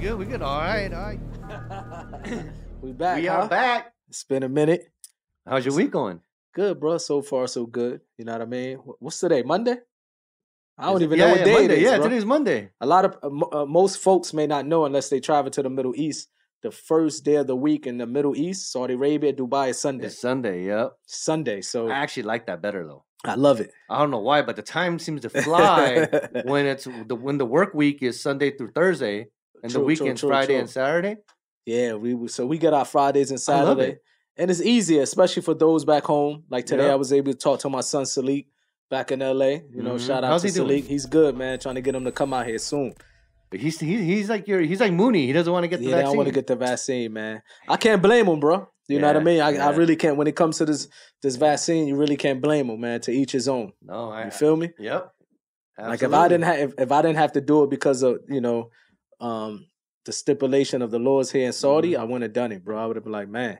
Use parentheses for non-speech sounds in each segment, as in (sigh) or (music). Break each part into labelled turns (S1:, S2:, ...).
S1: good. We good. All right. All right.
S2: we back.
S1: we
S2: huh?
S1: are back.
S2: It's been a minute.
S1: How's your week going?
S2: Good, bro. So far, so good. You know what I mean? Wh- What's today? Monday? I don't even
S1: yeah,
S2: know what
S1: yeah,
S2: day
S1: Monday.
S2: it is.
S1: yeah,
S2: bro.
S1: today's Monday.
S2: a lot of uh, mo- uh, most folks may not know unless they travel to the Middle East. The first day of the week in the Middle East, Saudi Arabia, Dubai is Sunday.
S1: It's Ah, Sunday. Yep.
S2: Sunday, so
S1: I
S2: I,
S1: actually like that better though.
S2: love it.
S1: I don't know why, but the time seems to fly when it's the when the work week is Sunday through Thursday, and
S2: True,
S1: the
S2: true,
S1: weekends
S2: true,
S1: Friday
S2: true.
S1: and Saturday.
S2: (laughs) yeah, we w- so we get our Fridays and
S1: I love
S2: Saturday, and it's easier, especially for those back home. Like today,
S1: Yep.
S2: I was able to talk to my son Salik back in L.A. You know,
S1: Mhm.
S2: shout out
S1: How's
S2: to
S1: he doing?
S2: Salik. He's good, man. Trying to get him to come out here soon.
S1: But he's he's, he's like your he's like Mooney. He doesn't want to get the
S2: yeah, I
S1: vaccine.
S2: want to get the vaccine, man. I can't blame him, bro. You know what I
S1: Yeah,
S2: mean? I, I
S1: yeah.
S2: really can't. When it comes to this this vaccine, you really can't blame him, man. To each his own.
S1: no, I,
S2: You feel me?
S1: Yep.
S2: Like if I
S1: Absolutely.
S2: didn't have if, if I didn't have to do it because of you know um the stipulation of the laws here in Saudi,
S1: Mhm.
S2: I wouldn't have done it, bro. I would have been like, man,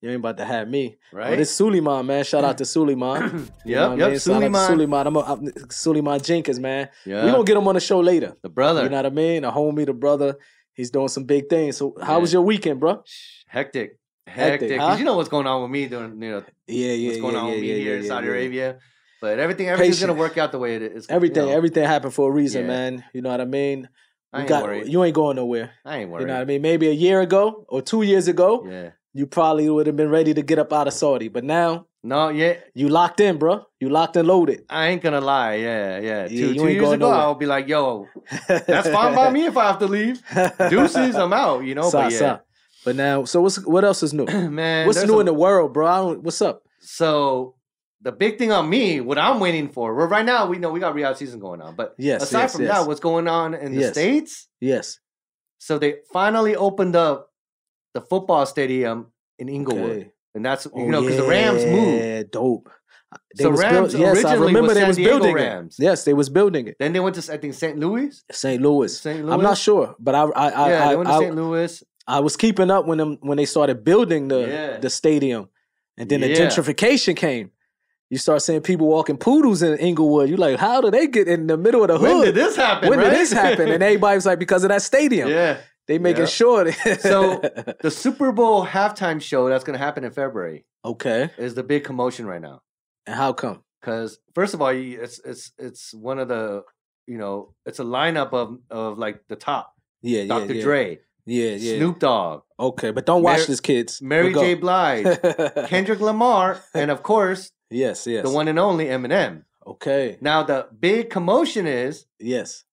S2: you ain't about to have me. But
S1: right? (clears throat)
S2: it's Suleiman, man. Shout out to Suleiman.
S1: yep,
S2: You know what I
S1: yep.
S2: mean? Shout out to
S1: Suleiman,
S2: Suleiman. I'm a, I'm, Suleiman Jenkins, man.
S1: yeah,
S2: We gonna get him on the show later.
S1: the brother.
S2: You know what I mean? A homie, the brother. He's doing some big things. So, how
S1: Yeah.
S2: was your weekend, bro?
S1: Shh, hectic,
S2: Hectic,
S1: hectic. 'Cause
S2: huh?
S1: you know what's going on with me during you know
S2: Yeah, yeah,
S1: what's going
S2: yeah,
S1: on
S2: yeah,
S1: with me
S2: yeah,
S1: here
S2: yeah,
S1: in
S2: yeah,
S1: Saudi
S2: yeah.
S1: Arabia. But everything, everything's gonna
S2: Patient.
S1: work out the way it is. you
S2: Everything,
S1: know,
S2: everything happened for a reason,
S1: Yeah.
S2: man. You know what I mean?
S1: I
S2: You
S1: ain't
S2: got-
S1: worried.
S2: you ain't going nowhere.
S1: I ain't
S2: You
S1: worried.
S2: know what I mean? Maybe a year ago or two years ago,
S1: Yeah.
S2: you probably would have been ready to get up out of Saudi. But now
S1: No, yeah,
S2: you locked in, bro. You locked and loaded.
S1: I ain't gonna lie. Yeah, yeah.
S2: Yeah,
S1: Two,
S2: you
S1: two
S2: ain't
S1: years
S2: going
S1: ago,
S2: nowhere.
S1: I'll be like, yo, that's fine
S2: (laughs)
S1: by me if I have to leave. Deuces, I'm out. You know,
S2: Sa-
S1: but yeah,
S2: sa. But now, so what's what else is new?
S1: (clears throat) man.
S2: what's
S1: there's
S2: new
S1: a-
S2: in the world, bro? I don't, what's up?
S1: So the big thing on me, what I'm waiting for, well, right now we know we got reality season going on, but
S2: Yes,
S1: aside
S2: yes,
S1: from
S2: yes.
S1: that, what's going on in the
S2: Yes.
S1: states?
S2: Yes.
S1: So they finally opened up the football stadium in Inglewood,
S2: Okay.
S1: and that's you
S2: Oh,
S1: know because the Rams moved.
S2: Yeah, dope.
S1: So
S2: was
S1: Rams
S2: yes, I
S1: originally
S2: remember
S1: was
S2: they
S1: San
S2: was
S1: Diego
S2: building
S1: Rams.
S2: it. Yes, they was building it.
S1: Then they went to I think St. Louis.
S2: St. Louis.
S1: St.
S2: I'm
S1: Louis?
S2: not sure, but I I I,
S1: yeah, they
S2: I,
S1: went to
S2: I-
S1: St. Louis.
S2: I was keeping up when them when they started building the
S1: Yeah.
S2: the stadium, and then the
S1: Yeah.
S2: gentrification came. You start seeing people walking poodles in Inglewood. You're like, how do they get in the middle of the
S1: When
S2: hood?
S1: did this happen?
S2: when
S1: right?
S2: did this happen?
S1: (laughs)
S2: And everybody was like, because of that stadium.
S1: yeah,
S2: They making
S1: yeah.
S2: sure. That
S1: So- the Super Bowl halftime show that's going to happen in February
S2: (laughs) okay,
S1: is the big commotion right now.
S2: and how come?
S1: because first of all, you- it's it's it's one of the you know it's a lineup of of like the top
S2: Yeah, yeah,
S1: Dr.
S2: yeah.
S1: Dre,
S2: Yeah, yeah.
S1: Snoop Dogg,
S2: Okay, but don't watch
S1: Mar-
S2: this, kids.
S1: Mary
S2: We'll (laughs)
S1: J.
S2: go.
S1: Blige, Kendrick Lamar, and of course
S2: yes, yes.
S1: the one and only Eminem.
S2: Okay.
S1: Now the big commotion is
S2: Yes.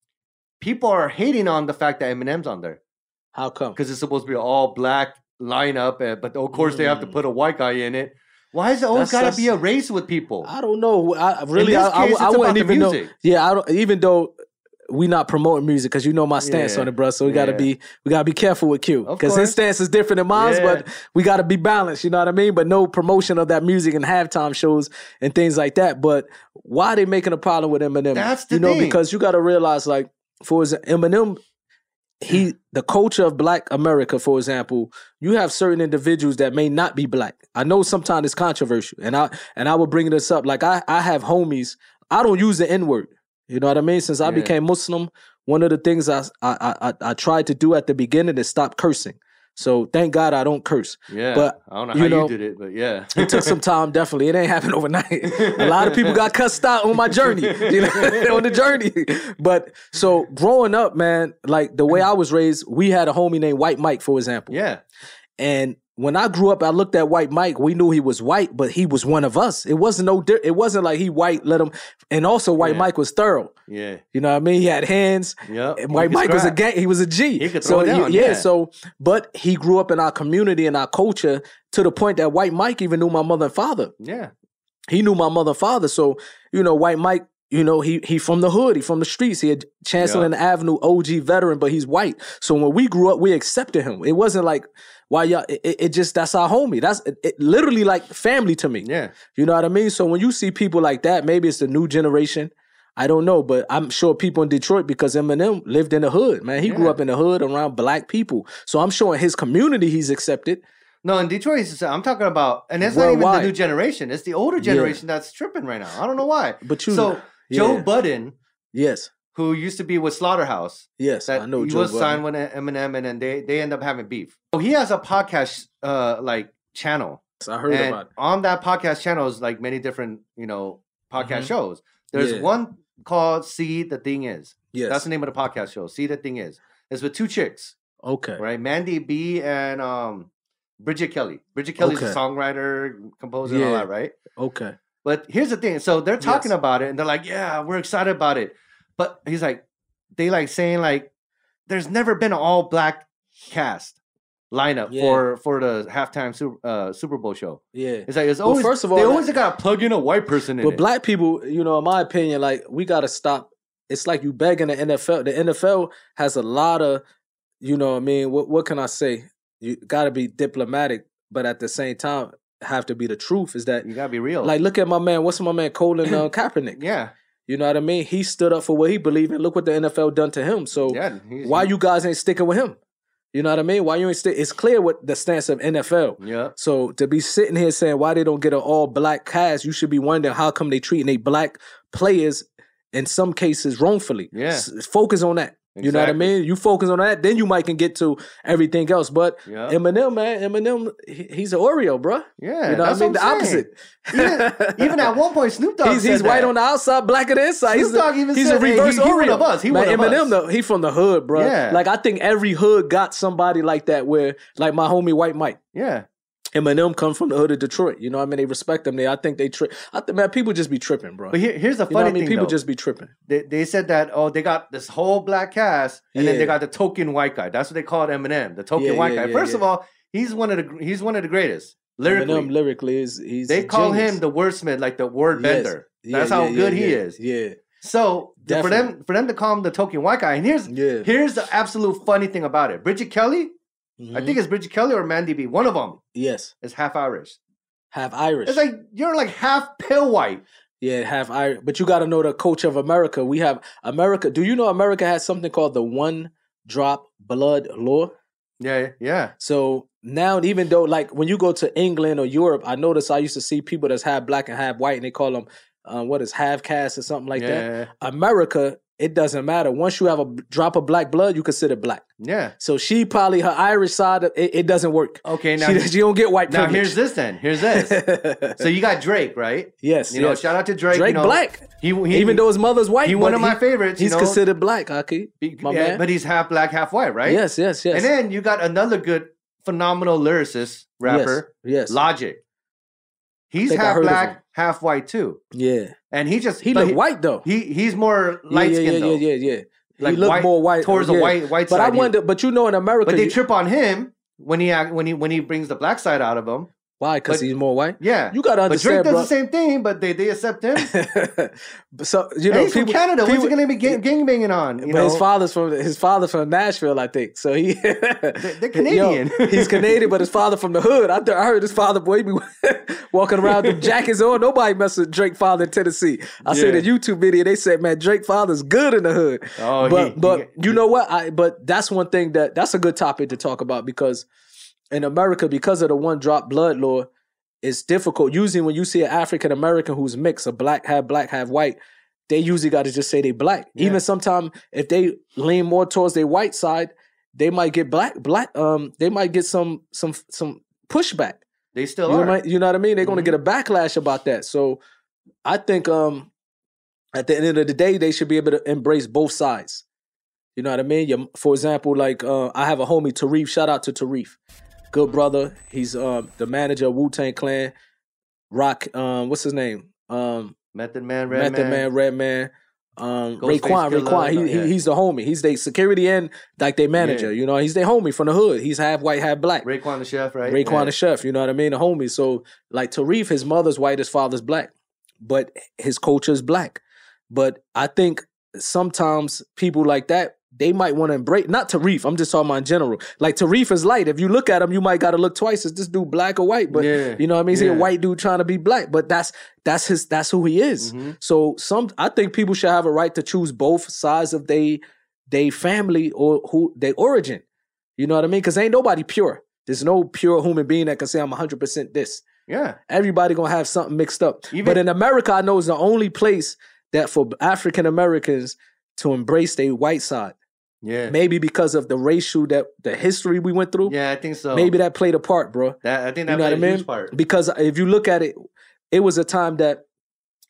S1: people are hating on the fact that Eminem's on there
S2: How come?
S1: because it's supposed to be an all black lineup, and, but of course they have to
S2: Mm.
S1: put a white guy in it. Why is it always
S2: That's-
S1: got to be a
S2: that's-
S1: race with people?
S2: I don't know. I I really,
S1: In this
S2: I, I,
S1: case,
S2: I
S1: it's about
S2: wouldn't
S1: the
S2: even know.
S1: music.
S2: Yeah, I don't, even though we not promoting music because you know my stance
S1: Yeah,
S2: on it, bro. So we gotta
S1: yeah.
S2: be we gotta be careful with Q
S1: Of
S2: because his
S1: course.
S2: stance is different than mine.
S1: Yeah.
S2: But we gotta be balanced. You know what I mean? But no promotion of that music and halftime shows and things like that. But why they making a problem with Eminem?
S1: That's the
S2: you know
S1: thing.
S2: because you gotta realize like for his Eminem.
S1: Mm.
S2: He the culture of black America, for example, you have certain individuals that may not be black. I know sometimes it's controversial, and I and I will bring this up. Like I, I have homies. I don't use the N word. You know what I mean? Since I
S1: Yeah.
S2: became Muslim, one of the things I, I I I tried to do at the beginning is stop cursing. So thank God I don't curse.
S1: yeah,
S2: but,
S1: I don't know
S2: you
S1: how
S2: know,
S1: you did it, but yeah,
S2: (laughs) It took some time, definitely. It ain't happen (laughs) overnight. a lot of people got cussed out on my journey, (laughs) you know, on the journey. But so growing up, man, like the way I was raised, we had a homie named White Mike, for
S1: (laughs)
S2: example.
S1: yeah.
S2: And when I grew up, I looked at White Mike. We knew he was white, but he was one of us. It wasn't no. Di- it wasn't like he white. Let him. And also, White
S1: Yeah.
S2: Mike was thorough.
S1: Yeah.
S2: You know what I mean? He had hands.
S1: Yeah.
S2: And White Mike was a gang. He was a G.
S1: He could
S2: so
S1: throw down,
S2: yeah,
S1: yeah.
S2: So, but he grew up in our community and our culture to the point that White Mike even knew my mother and father
S1: Yeah.
S2: he knew my mother and father. So, you know, white Mike, you know, he he from the hood, he from the streets. He had Chancellor
S1: Yeah.
S2: and Avenue OG veteran, but he's white. So when we grew up, we accepted him. It wasn't like why y'all it, it- it just that's our homie. That's it, it literally like family to me.
S1: Yeah.
S2: You know what I mean? So when you see people like that, maybe it's the new generation. I don't know, but I'm sure people in Detroit because Eminem lived in the hood, man. He grew
S1: Yeah.
S2: up in the hood around black people. So I'm sure in his community he's accepted.
S1: No, in Detroit, it's just- I'm talking about, and it's not
S2: Worldwide.
S1: even the new generation. It's the older
S2: Yeah.
S1: generation that's tripping right now. I don't know why.
S2: But you
S1: so Joe
S2: yeah.
S1: Budden
S2: Yes.
S1: who used to be with Slaughterhouse.
S2: Yes,
S1: That
S2: I know.
S1: he
S2: Joe
S1: was
S2: Budden.
S1: signed with Eminem, and then they they end up having beef. So he has a podcast uh like channel,
S2: Yes, I heard
S1: and
S2: about it.
S1: on that podcast channel is like many different you know podcast
S2: Mhm.
S1: shows. There's
S2: Yeah.
S1: one called "See the Thing Is."
S2: Yes.
S1: That's the name of the podcast show. "See the Thing Is." It's with two chicks,
S2: okay.
S1: right? Mandy B and um Bridget Kelly. Bridget Kelly's
S2: Okay.
S1: a songwriter, composer, and all
S2: Yeah.
S1: that, right?
S2: Okay.
S1: But here's the thing. So they're talking
S2: Yes.
S1: about it and they're like, yeah, we're excited about it. But he's like, they like saying like, there's never been an all black cast lineup
S2: Yeah.
S1: for for the halftime super, uh, Super Bowl show.
S2: Yeah.
S1: It's like it's
S2: Well,
S1: always
S2: first of all,
S1: they
S2: that-
S1: always gotta plug in a white person in
S2: But
S1: it.
S2: black people, you know, in my opinion, like we gotta stop. It's like you begging the NFL. The NFL has a lot of, you know, what I mean, what what can I say? You gotta be diplomatic, but at the same time, have to be the truth. Is that
S1: you gotta be real.
S2: like look at my man? What's my man Colin
S1: (clears throat)
S2: uh, Kaepernick?
S1: yeah,
S2: You know what I mean? He stood up for what he believed in. Look what the NFL done to him. So
S1: yeah. he's-
S2: why you guys ain't sticking with him? You know what I mean? Why you ain't stick? It's clear what the stance of NFL.
S1: Yeah.
S2: So to be sitting here saying why they don't get an all black cast, you should be wondering how come they treating they black players in some cases wrongfully.
S1: Yeah.
S2: S- focus on that. You know what I
S1: Exactly.
S2: mean? You focus on that, then you might can get to everything else. But
S1: Yeah.
S2: Eminem, man, Eminem, he- he's an Oreo, bruh.
S1: Yeah.
S2: you know what I
S1: that's
S2: mean? The
S1: what I'm saying. (laughs) Even,
S2: opposite. (laughs)
S1: even at one point Snoop Dogg
S2: he's
S1: said
S2: he's white
S1: that.
S2: on the outside, black on the inside.
S1: Snoop
S2: he's a-
S1: Dogg even
S2: he's a
S1: said, "Hey, he-
S2: reverse
S1: he one
S2: Oreo.
S1: of us. He
S2: Man,
S1: one of
S2: Eminem
S1: us.
S2: though, he from the hood, bro.
S1: Yeah.
S2: Like I think every hood got somebody like that. Where like my homie White Mike.
S1: Yeah.
S2: Eminem come from the hood of Detroit. You know what I mean? They respect them. They, I think they trip. I think man, people just be tripping, bro.
S1: But here, here's the
S2: you know what
S1: funny
S2: I mean?
S1: thing.
S2: People
S1: though.
S2: just be tripping.
S1: they, they said that oh they got this whole black cast and then
S2: Yeah.
S1: they got the token white guy. That's what they called Eminem, the token
S2: Yeah,
S1: white
S2: yeah,
S1: guy.
S2: yeah,
S1: First of
S2: yeah.
S1: all, he's one of the gr- he's one of the greatest lyrically.
S2: Eminem lyrically is he's.
S1: they
S2: a
S1: call
S2: genius.
S1: him the wordsmith, like the word
S2: Yes.
S1: bender.
S2: Yeah,
S1: That's
S2: yeah,
S1: how
S2: yeah,
S1: good he
S2: yeah.
S1: is.
S2: Yeah,
S1: So th- for
S2: Definitely.
S1: them for them to call him the token white guy, and here's
S2: yeah.
S1: here's the absolute funny thing about it. Bridget Kelly, I
S2: Mhm.
S1: think it's Bridget Kelly or Mandy B. One of them
S2: yes,
S1: is half Irish.
S2: half Irish.
S1: It's like you're like half pale white.
S2: yeah, half Irish. But you got to know the coach of America. We have America. Do you know America has something called the one drop blood law?
S1: Yeah, yeah.
S2: So now, even though like when you go to England or Europe, I noticed I used to see people that's half black and half white, and they call them uh, what is half caste or something like
S1: yeah,
S2: that. America, it doesn't matter. Once you have a b- drop of black blood, you consider black.
S1: Yeah.
S2: So she probably her Irish side, of, it, it doesn't work.
S1: Okay, now
S2: she, (laughs) she don't get white
S1: now
S2: privilege.
S1: here's this then. Here's this.
S2: (laughs)
S1: So you got Drake, right?
S2: yes,
S1: You know,
S2: yes.
S1: shout out to Drake.
S2: Drake,
S1: you know,
S2: black,
S1: He, he
S2: even though his mother's white,
S1: he one
S2: but
S1: of my
S2: he-
S1: favorites.
S2: he's
S1: you know?
S2: considered black. Aki,
S1: Be-
S2: my
S1: yeah,
S2: man.
S1: but he's half black, half white, right?
S2: Yes, yes, yes.
S1: And then you got another good, phenomenal lyricist rapper,
S2: yes, yes.
S1: Logic. He's
S2: think I
S1: half
S2: heard of
S1: black,
S2: him.
S1: half white too,
S2: yeah.
S1: and he just
S2: He
S1: but
S2: look
S1: he,
S2: white though.
S1: He he's more
S2: Yeah,
S1: light
S2: yeah,
S1: skinned
S2: yeah,
S1: though,
S2: yeah, yeah, yeah.
S1: Like
S2: he look
S1: white-
S2: more white
S1: towards
S2: yeah.
S1: a white white
S2: But
S1: side.
S2: I
S1: he-
S2: wonder. But you know, in America,
S1: but they
S2: you-
S1: trip on him when he act- when he when he brings the black side out of him.
S2: why? Because
S1: but-
S2: he's more white.
S1: Yeah,
S2: You gotta
S1: but Drake
S2: understand,
S1: does
S2: bro.
S1: the same thing, but they they accept him.
S2: (laughs) so you
S1: And
S2: know,
S1: he's
S2: people,
S1: from Canada. What's
S2: people-
S1: he gonna be gang, gangbanging on? You
S2: but
S1: know,
S2: his father's from his father's from Nashville, I think. So he
S1: They- they're Canadian.
S2: (laughs)
S1: (laughs)
S2: Yo, he's Canadian, but his father from the hood. I, th- I heard his father boy he be (laughs) walking around with jackets on. Nobody mess with Drake father in Tennessee. I seen
S1: Yeah.
S2: a YouTube video. They said, man, Drake father's good in the hood.
S1: Oh,
S2: but
S1: he- he
S2: but
S1: get-
S2: you know what? I but that's one thing that that's a good topic to talk about because in America, because of the one drop blood law, it's difficult. Usually, when you see an African American who's mixed, a black half black half white, they usually got to just say they black.
S1: Yeah.
S2: Even sometimes, if they lean more towards their white side, they might get black black. Um, they might get some some some pushback.
S1: they
S2: You
S1: still
S2: know,
S1: are.
S2: what I- you know what I mean? They're going
S1: Mhm.
S2: to get a backlash about that. So, I think um, at the end of the day, they should be able to embrace both sides. You know what I mean? Your, for example, like uh, I have a homie Tarif. Shout out to Tarif, good brother. He's um, the manager of Wu Tang Clan. Rock, um, what's his name? Um,
S1: Method Man, Red
S2: Method
S1: Man.
S2: Man, Red Man, um,
S1: Ghostface
S2: Raekwon,
S1: Killah,
S2: Raekwon. He,
S1: no, yeah.
S2: he, he's the homie. He's their security and like their manager. You know, he's their homie from the hood. He's half white, half black.
S1: Raekwon the Chef, right?
S2: Raekwon
S1: Yeah.
S2: the chef, you know what I mean? The homie. So like Tarif, his mother's white, his father's black, but his culture is black. But I think sometimes people like that, they might want to embrace not Tarif, I'm just talking about in general. Like Tarif is light. If you look at him, you might gotta look twice. Is this dude black or white? But
S1: Yeah,
S2: you know what I mean? He's a
S1: yeah.
S2: white dude trying to be black. But that's that's his that's who he is.
S1: Mhm.
S2: So some I think people should have a right to choose both sides of they they family or who they origin. You know what I mean? Because ain't nobody pure. There's no pure human being that can say I'm 100% this.
S1: Yeah.
S2: Everybody gonna have something mixed up.
S1: Even-
S2: but in America, I know is the only place that for African Americans to embrace their white side.
S1: Yeah.
S2: Maybe because of the racial that the history we went through.
S1: Yeah, I think so.
S2: Maybe that played a part, bro.
S1: that I think
S2: You
S1: that
S2: know what
S1: played a
S2: I mean?
S1: huge part.
S2: Because if you look at it, it was a time that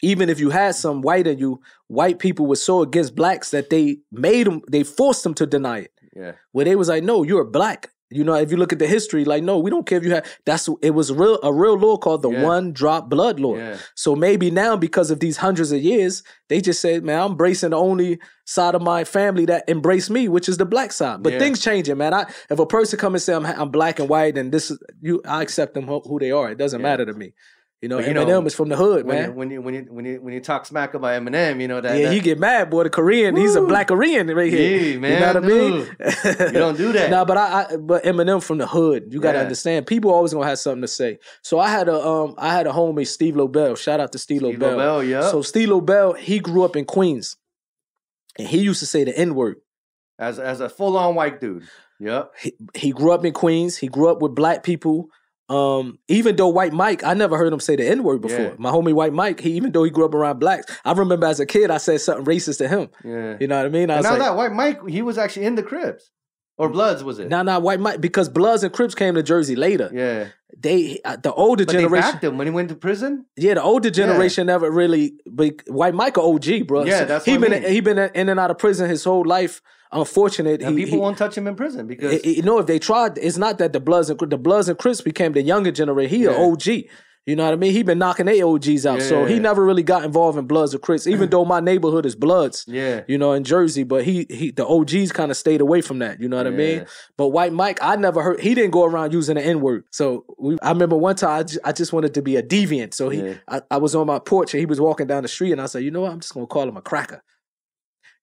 S2: even if you had some white in you, white people were so against blacks that they made them, they forced them to deny it.
S1: Yeah.
S2: Where they was like, no, you're black. You know, if you look at the history, like, no, we don't care if you have. That's it was real a real law called the
S1: Yeah.
S2: one drop blood law.
S1: Yeah.
S2: So maybe now because of these hundreds of years, they just said, man, I'm embracing the only side of my family that embrace me, which is the black side. But
S1: Yeah.
S2: things changing, man. I if a person come and say I'm I'm black and white and this is you, I accept them who, who they are. It doesn't
S1: Yeah.
S2: matter to me. You know,
S1: But you
S2: Eminem
S1: know,
S2: is from the hood,
S1: When you,
S2: man.
S1: when you when you when you when you talk smack about Eminem, you know that.
S2: yeah,
S1: that-
S2: he get mad, boy. The Korean, he's a
S1: Woo.
S2: black Korean right here.
S1: Yeah,
S2: you know
S1: man,
S2: what I mean?
S1: You don't
S2: (laughs)
S1: do that.
S2: Nah, but I, I but Eminem from the hood. You gotta
S1: Yeah.
S2: understand. People always gonna have something to say. So I had a um I had a homie Steve Lobel. Shout out to Steve,
S1: Steve
S2: Lobel.
S1: Lobel, yeah.
S2: So Steve Lobel, he grew up in Queens, and he used to say the N word.
S1: as as a full on white dude. Yep.
S2: He, he grew up in Queens. He grew up with black people. Um, even though White Mike, I never heard him say the N word before.
S1: Yeah.
S2: My homie White Mike, he even though he grew up around blacks, I remember as a kid I said something racist to him.
S1: Yeah.
S2: You know what I mean? I
S1: And
S2: was
S1: now
S2: like,
S1: that white Mike, he was actually in the Crips or Bloods, was it?
S2: nah, nah, White Mike, because Bloods and Crips came to Jersey later.
S1: yeah.
S2: They uh, the older
S1: But they
S2: generation.
S1: backed him when he went to prison.
S2: Yeah, the older generation never really. But White Michael OG, bro.
S1: Yeah, that's
S2: he
S1: what I
S2: been
S1: mean.
S2: he been in and out of prison his whole life. Unfortunate,
S1: And
S2: he-
S1: people
S2: he-
S1: won't touch him in prison because
S2: it- it- you know, if they tried, it's not that the Bloods and the Bloods and Crips became the younger generation. He a
S1: Yeah.
S2: OG. You know what I mean? He been knocking their OGs out, so he
S1: Yeah.
S2: never really got involved in Bloods or
S1: (clears throat)
S2: Crips. Even though my neighborhood is Bloods,
S1: yeah.
S2: you know, in Jersey, but he he the OGs kind of stayed away from that. You know what I mean?
S1: Yeah.
S2: But White Mike, I never heard he didn't go around using the N word. So we, I remember one time I, ju- I just wanted to be a deviant. So he,
S1: Yeah.
S2: I, I was on my porch and he was walking down the street and I said, you know what? I'm just gonna call him a cracker.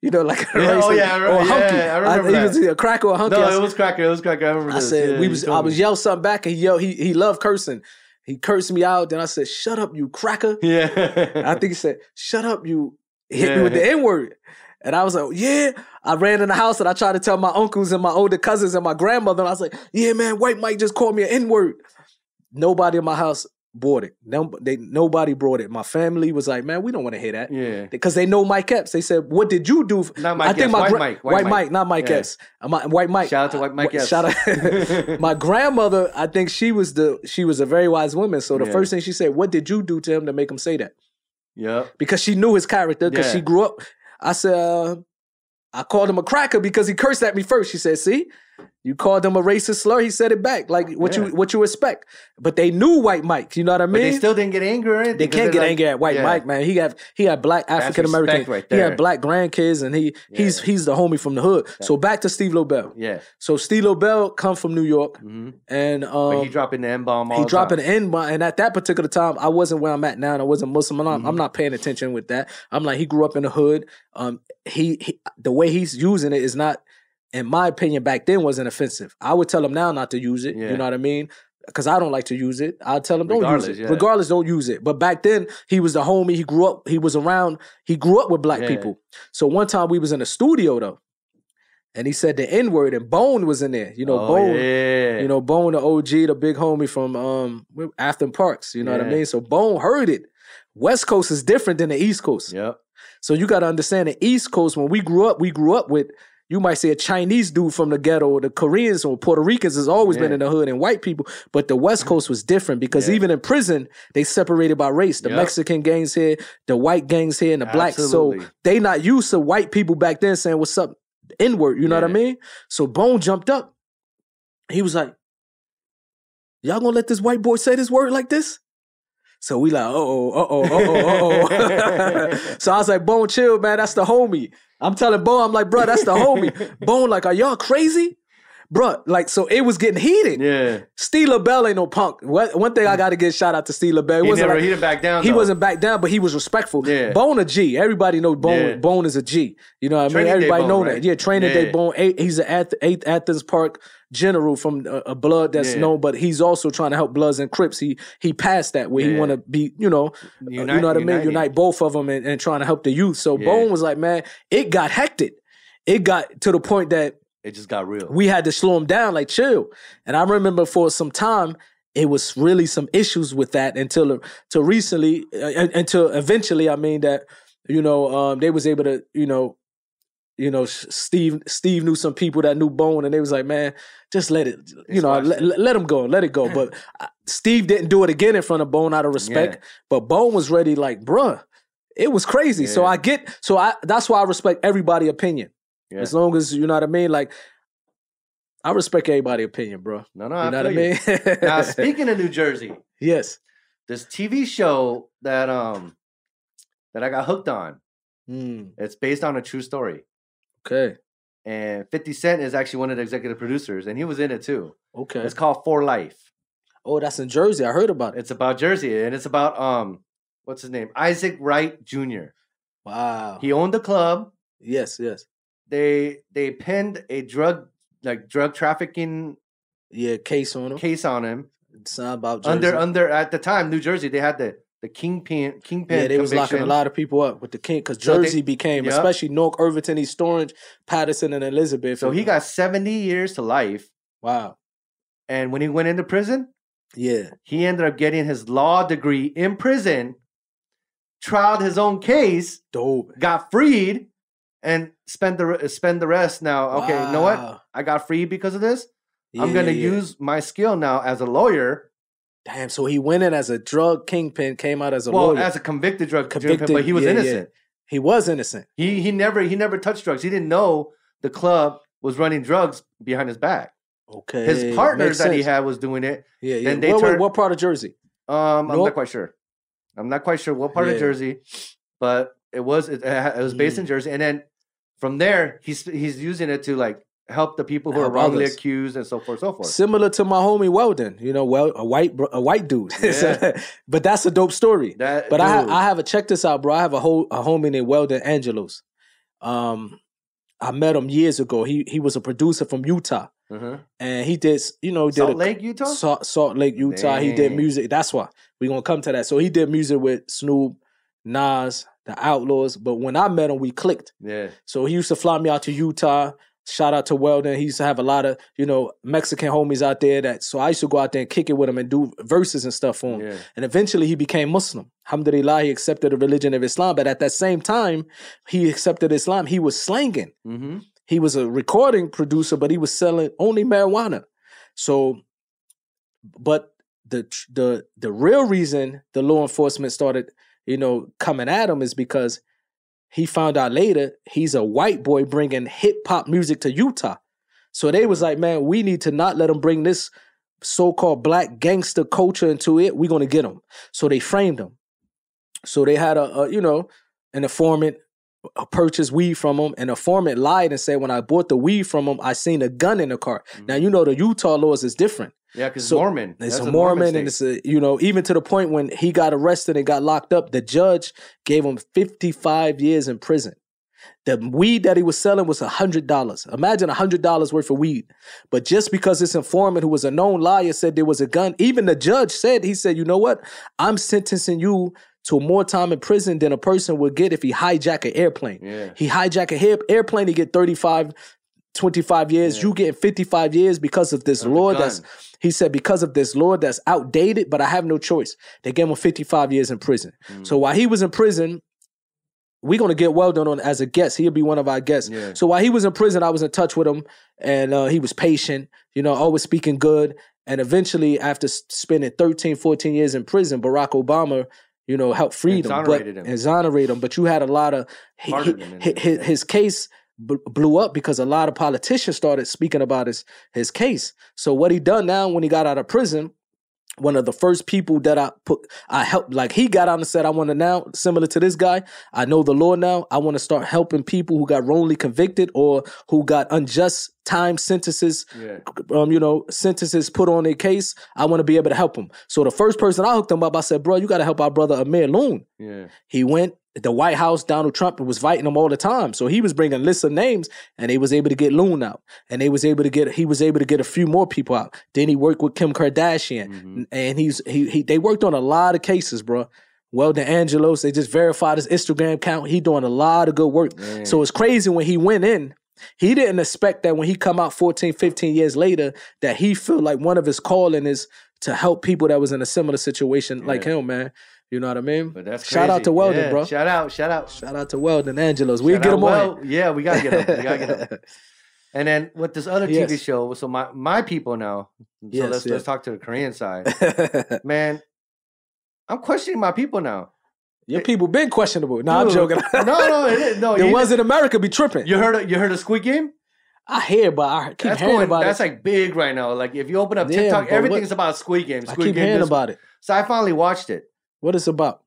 S2: You know, like a
S1: Yeah, oh,
S2: racist-
S1: yeah, I
S2: or a
S1: remember-
S2: hunky.
S1: yeah, I remember
S2: he
S1: that.
S2: was either a cracker or a hunky. I
S1: No,
S2: said-
S1: it was Cracker. It was Cracker. I remember
S2: I
S1: this.
S2: said
S1: Yeah,
S2: we
S1: you
S2: was I
S1: told
S2: was
S1: me.
S2: yelled something back and he yelled, he he loved cursing. He cursed me out. Then I said, "Shut up, you cracker."
S1: (laughs) Yeah.
S2: I think he said, "Shut up, you hit me
S1: Yeah.
S2: with the N word." And I was like, "Yeah." I ran in the house and I tried to tell my uncles and my older cousins and my grandmother. And I was like, "Yeah, man, White Mike just called me an N word." Nobody in my house bought it. No, they nobody brought it. My family was like, "Man, we don't want to hear that."
S1: yeah.
S2: Because they know Mike Epps. They said, "What did you do?"
S1: Not Mike
S2: I think
S1: Epps,
S2: my
S1: White
S2: gra-
S1: Mike,
S2: White,
S1: White
S2: Mike.
S1: Mike.
S2: not Mike
S1: Yeah.
S2: Epps. Uh, my- White Mike.
S1: Shout out to White Mike
S2: Wh-
S1: Epps.
S2: Shout
S1: (laughs)
S2: out. (laughs) my grandmother, I think she was the she was a very wise woman. So the
S1: Yeah.
S2: first thing she said, "What did you do to him to make him say that?"
S1: Yep.
S2: Because she knew his character. Because
S1: Yeah.
S2: she grew up. I said, uh, I called him a cracker because he cursed at me first. She said, "See, you called him a racist slur. He said it back. Like what
S1: Yeah.
S2: you what you expect." But they knew White Mike. You know what I mean?
S1: But they still didn't get angry or anything.
S2: They
S1: 'cause
S2: can't
S1: they're
S2: get
S1: like-
S2: angry at White
S1: Yeah.
S2: Mike, man. He have he had black African American,
S1: respect right
S2: he had
S1: there.
S2: black grandkids, and he he's
S1: Yeah.
S2: he's the homie from the hood. So back to Steve Lobel.
S1: Yeah.
S2: So Steve Lobel come from New York,
S1: hmm
S2: and um,
S1: but he dropping the M bomb all
S2: he
S1: the
S2: dropping
S1: time.
S2: an end bomb. And at that particular time, I wasn't where I'm at now, and I wasn't Muslim. And I'm, I'm not paying attention with that. I'm like, he grew up in the hood. Um, he, he the way he's using it is not, in my opinion, back then wasn't offensive. I would tell him now not to use it.
S1: Yeah.
S2: You know what I mean? Because I don't like to use it. I tell him don't use
S1: Regardless,
S2: it.
S1: yeah.
S2: Regardless, don't use it. But back then, he was the homie. He grew up. He was around. He grew up with black
S1: Yeah.
S2: people. So one time we was in a studio though, and he said the N word, and Bone was in there. You know,
S1: oh,
S2: Bone.
S1: yeah.
S2: You know, Bone, the OG, the big homie from um Afton Parks. You know what I
S1: Yeah.
S2: mean? So Bone heard it. West Coast is different than the East Coast.
S1: Yep.
S2: So you got to understand the East Coast. When we grew up, we grew up with you might say a Chinese dude from the ghetto, the Koreans or Puerto Ricans has always been
S1: Yeah.
S2: in the hood and white people. But the West Coast was different because
S1: Yeah.
S2: even in prison they separated by race. The
S1: Yep.
S2: Mexican gangs here, the white gangs here, and the blacks. So
S1: Absolutely.
S2: they not used to white people back then saying what's up inward you know what i
S1: Yeah.
S2: mean so bone jumped up he was like y'all gonna let this white boy say this word like this so we like uh-oh uh-oh uh-oh uh-oh (laughs) so i was like bone chill man that's the homie i'm telling bone i'm like bro that's
S1: (laughs)
S2: the homie bone like are y'all crazy Bruh, like so it was getting heated.
S1: Yeah. Mm.
S2: Steve LaBelle ain't no punk. What, one thing I gotta get shout out to Steve LaBelle. It
S1: He
S2: wasn't
S1: never
S2: like-
S1: he didn't back down.
S2: he
S1: though.
S2: wasn't back down, but he was respectful.
S1: Yeah.
S2: Bone a G. Everybody knows Bone.
S1: Yeah.
S2: Bone is a G. You know what I
S1: Training
S2: mean?
S1: Day
S2: Everybody
S1: Bone,
S2: know that.
S1: right?
S2: Yeah, training day
S1: Yeah.
S2: Bone. Eight, he's an Ath- eighth Athens Park general from uh, a, a blood that's
S1: Yeah.
S2: known, but he's also trying to help Bloods and Crips. He he passed that where he
S1: Yeah.
S2: want to be. You know, uh,
S1: Unite-
S2: you know what I mean?
S1: uniting.
S2: Unite both of them and, and trying to help the youth. So
S1: Yeah.
S2: Bone was like, man, it got hectic. It got to the point that
S1: It just got real.
S2: we had to slow him down, like chill. And I remember for some time it was really some issues with that until uh, till recently, uh, until eventually, I mean that you know um, they was able to you know you know, S- Steve Steve knew some people that knew Bone, and they was like, man, just let it, you
S1: It's
S2: know,
S1: washed.
S2: let, let him go, let it (laughs) go. But uh, Steve didn't do it again in front of Bone out of respect. But Bone was ready, like, bruh, it was crazy. So
S1: Yeah.
S2: I get, so I that's why I respect everybody' opinion.
S1: Yeah.
S2: As long as you know what I mean, like, I respect everybody' opinion, bro.
S1: No, no,
S2: You
S1: I
S2: know what I
S1: feel you.
S2: mean? (laughs)
S1: now speaking of New Jersey,
S2: yes.
S1: this TV show that um that I got hooked on.
S2: Mm,
S1: It's based on a true story,
S2: okay.
S1: and Fifty Cent is actually one of the executive producers, and he was in it too.
S2: Okay.
S1: It's called For Life.
S2: oh, that's in Jersey. I heard about it.
S1: It's about Jersey, and it's about um what's his name Isaac Wright Jr.
S2: Wow.
S1: He owned the club.
S2: yes. Yes.
S1: They they pinned a drug like drug trafficking
S2: Yeah. Case on him.
S1: case on him
S2: Something about Jersey.
S1: under under at the time New Jersey. They had the the kingpin kingpin.
S2: yeah, they was locking a
S1: conviction.
S2: lot of people up with the king because
S1: So they-
S2: Jersey became,
S1: yeah.
S2: especially Newark, Irvington, East Orange, Patterson, and Elizabeth.
S1: So he got seventy years to life,
S2: wow.
S1: and when he went into prison,
S2: Yeah.
S1: he ended up getting his law degree in prison, trialed his own case,
S2: Dope.
S1: got freed, and spent the re- spent the rest. Now, okay, you know what?
S2: Wow.
S1: I got freed because of this. I'm
S2: Yeah,
S1: gonna
S2: yeah, yeah.
S1: use my skill now as a lawyer.
S2: Damn. So he went in as a drug kingpin, came out as a
S1: well,
S2: lawyer.
S1: as a convicted drug convicted,
S2: Convicted,
S1: but he was
S2: yeah, yeah.
S1: innocent.
S2: he was innocent.
S1: He he never he never touched drugs. He didn't know the club was running drugs behind his back.
S2: Okay.
S1: His partners
S2: makes
S1: that he
S2: sense.
S1: had was doing it.
S2: Yeah. yeah.
S1: then they
S2: Wait, wait,
S1: turned-
S2: what part of Jersey?
S1: Um, I'm
S2: Nope.
S1: not quite sure. I'm not quite sure what part
S2: Yeah. Mm.
S1: of Jersey, but it was it, it was based in Jersey, and then from there he's he's using it to like help the people who
S2: Help
S1: are wrongly
S2: others.
S1: accused and so forth, so forth.
S2: Similar to my homie Weldon, you know, well, a white bro- a white dude. (laughs)
S1: Yeah.
S2: but that's a dope story.
S1: that,
S2: But I have,
S1: dude,
S2: I have a check this out, bro. I have a whole a homie named Weldon Angelos. Um, I met him years ago. He he was a producer from Utah,
S1: Mhm.
S2: and he did s- you know did
S1: Salt
S2: a,
S1: Lake, Utah.
S2: Salt, Salt Lake, Utah. He did
S1: Dang.
S2: music. That's why we gonna come to that. So he did music with Snoop, Nas, the Outlaws. But when I met him, we clicked.
S1: yeah,
S2: So he used to fly me out to Utah. Shout out to Weldon. He used to have a lot of you know Mexican homies out there. That so I used to go out there and kick it with him and do verses and stuff for him.
S1: yeah,
S2: And eventually he became Muslim. Alhamdulillah, he accepted the religion of Islam. But at that same time, he accepted Islam. He was slanging.
S1: hmm
S2: He was a recording producer, but he was selling only marijuana. So, but the the the real reason the law enforcement started, you know, coming at him is because he found out later he's a white boy bringing hip hop music to Utah. So they was like, man, we need to not let him bring this so-called black gangster culture into it. We're gonna get him. So they framed him. So they had a, a you know, an informant uh, purchased weed from him, and the informant lied and said, when I bought the weed from him, I seen a gun in the car. Now you know the Utah laws is different.
S1: yeah, because
S2: So,
S1: Mormon.
S2: It's
S1: Mm-hmm. That's
S2: a Mormon, and
S1: state.
S2: it's a you know even to the point when he got arrested and got locked up, the judge gave him fifty five years in prison. The weed that he was selling was hundred dollars. Imagine hundred dollars worth of weed. But just because this informant who was a known liar said there was a gun, even the judge said he said, you know what, I'm sentencing you to more time in prison than a person would get if he hijack an airplane.
S1: yeah,
S2: He hijack a hip airplane, he get 35, 25 years.
S1: Yeah.
S2: You getting 55 years because of this
S1: Of the
S2: law that's,
S1: gun.
S2: he said, because of this law that's outdated, but I have no choice. They gave him 55 years in prison.
S1: Mm.
S2: So while he was in prison, we're going to get Weldon on as a guest. He'll be one of our guests.
S1: Yeah.
S2: So while he was in prison, I was in touch with him and uh, he was patient, you know, always speaking good. And eventually, after s- spending 13, 14 years in prison, Barack Obama, you know, helped free him, but
S1: Exonerated him.
S2: exonerate him. But you had a lot of he- he-
S1: Pardoned him in
S2: hi-
S1: the-
S2: hi- his, case bl- blew up because a lot of politicians started speaking about his his case. So what he done now when he got out of prison, one of the first people that I put I helped like he got out and said I want to now similar to this guy, I know the law now. I want to start helping people who got wrongly convicted or who got unjust time sentences
S1: yeah,
S2: um, you know, sentences put on their case. I want to be able to help them. So the first person I hooked him up, I said, "Bro, you got to help our brother Amir Loon."
S1: yeah.
S2: He went the White House. Donald Trump was fighting him all the time, so he was bringing lists of names, and they was able to get Loon out, and they was able to get he was able to get a few more people out. Then he worked with Kim Kardashian,
S1: Mhm.
S2: and he's he, he they worked on a lot of cases, bro. Well, Angelos, they just verified his Instagram account. He doing a lot of good work.
S1: Dang.
S2: So it's crazy when he went in. He didn't expect that when he come out 14, 15 years later, that he feel like one of his calling is to help people that was in a similar situation like
S1: Yeah.
S2: him, man. You know what I mean?
S1: But that's
S2: Shout out
S1: crazy.
S2: to Weldon,
S1: Yeah,
S2: bro.
S1: Shout out, shout out.
S2: Shout out to Weldon Angelos. We
S1: Shout
S2: get
S1: out
S2: him on.
S1: Wel- Yeah, we gotta get him. We gotta get
S2: (laughs)
S1: him. And then with this other TV
S2: Yes.
S1: show, so my my people now. So
S2: Yes,
S1: let's
S2: yeah.
S1: let's talk to the Korean
S2: (laughs)
S1: side, man. I'm questioning my people now.
S2: Your people been questionable. No, I'm
S1: Dude,
S2: joking.
S1: (laughs) no, no, it, is- no.
S2: (laughs) It
S1: you,
S2: was in America be tripping.
S1: you heard of- you heard of Squid Game?
S2: I hear, but I keep
S1: That's
S2: hearing
S1: going.
S2: about
S1: That's
S2: it.
S1: like big right now. Like if you open up
S2: Yeah,
S1: TikTok,
S2: but what-
S1: everything's about Squid Game.
S2: I
S1: Squid
S2: keep
S1: Game.
S2: hearing
S1: this-
S2: about it.
S1: So I finally watched it.
S2: What it's about.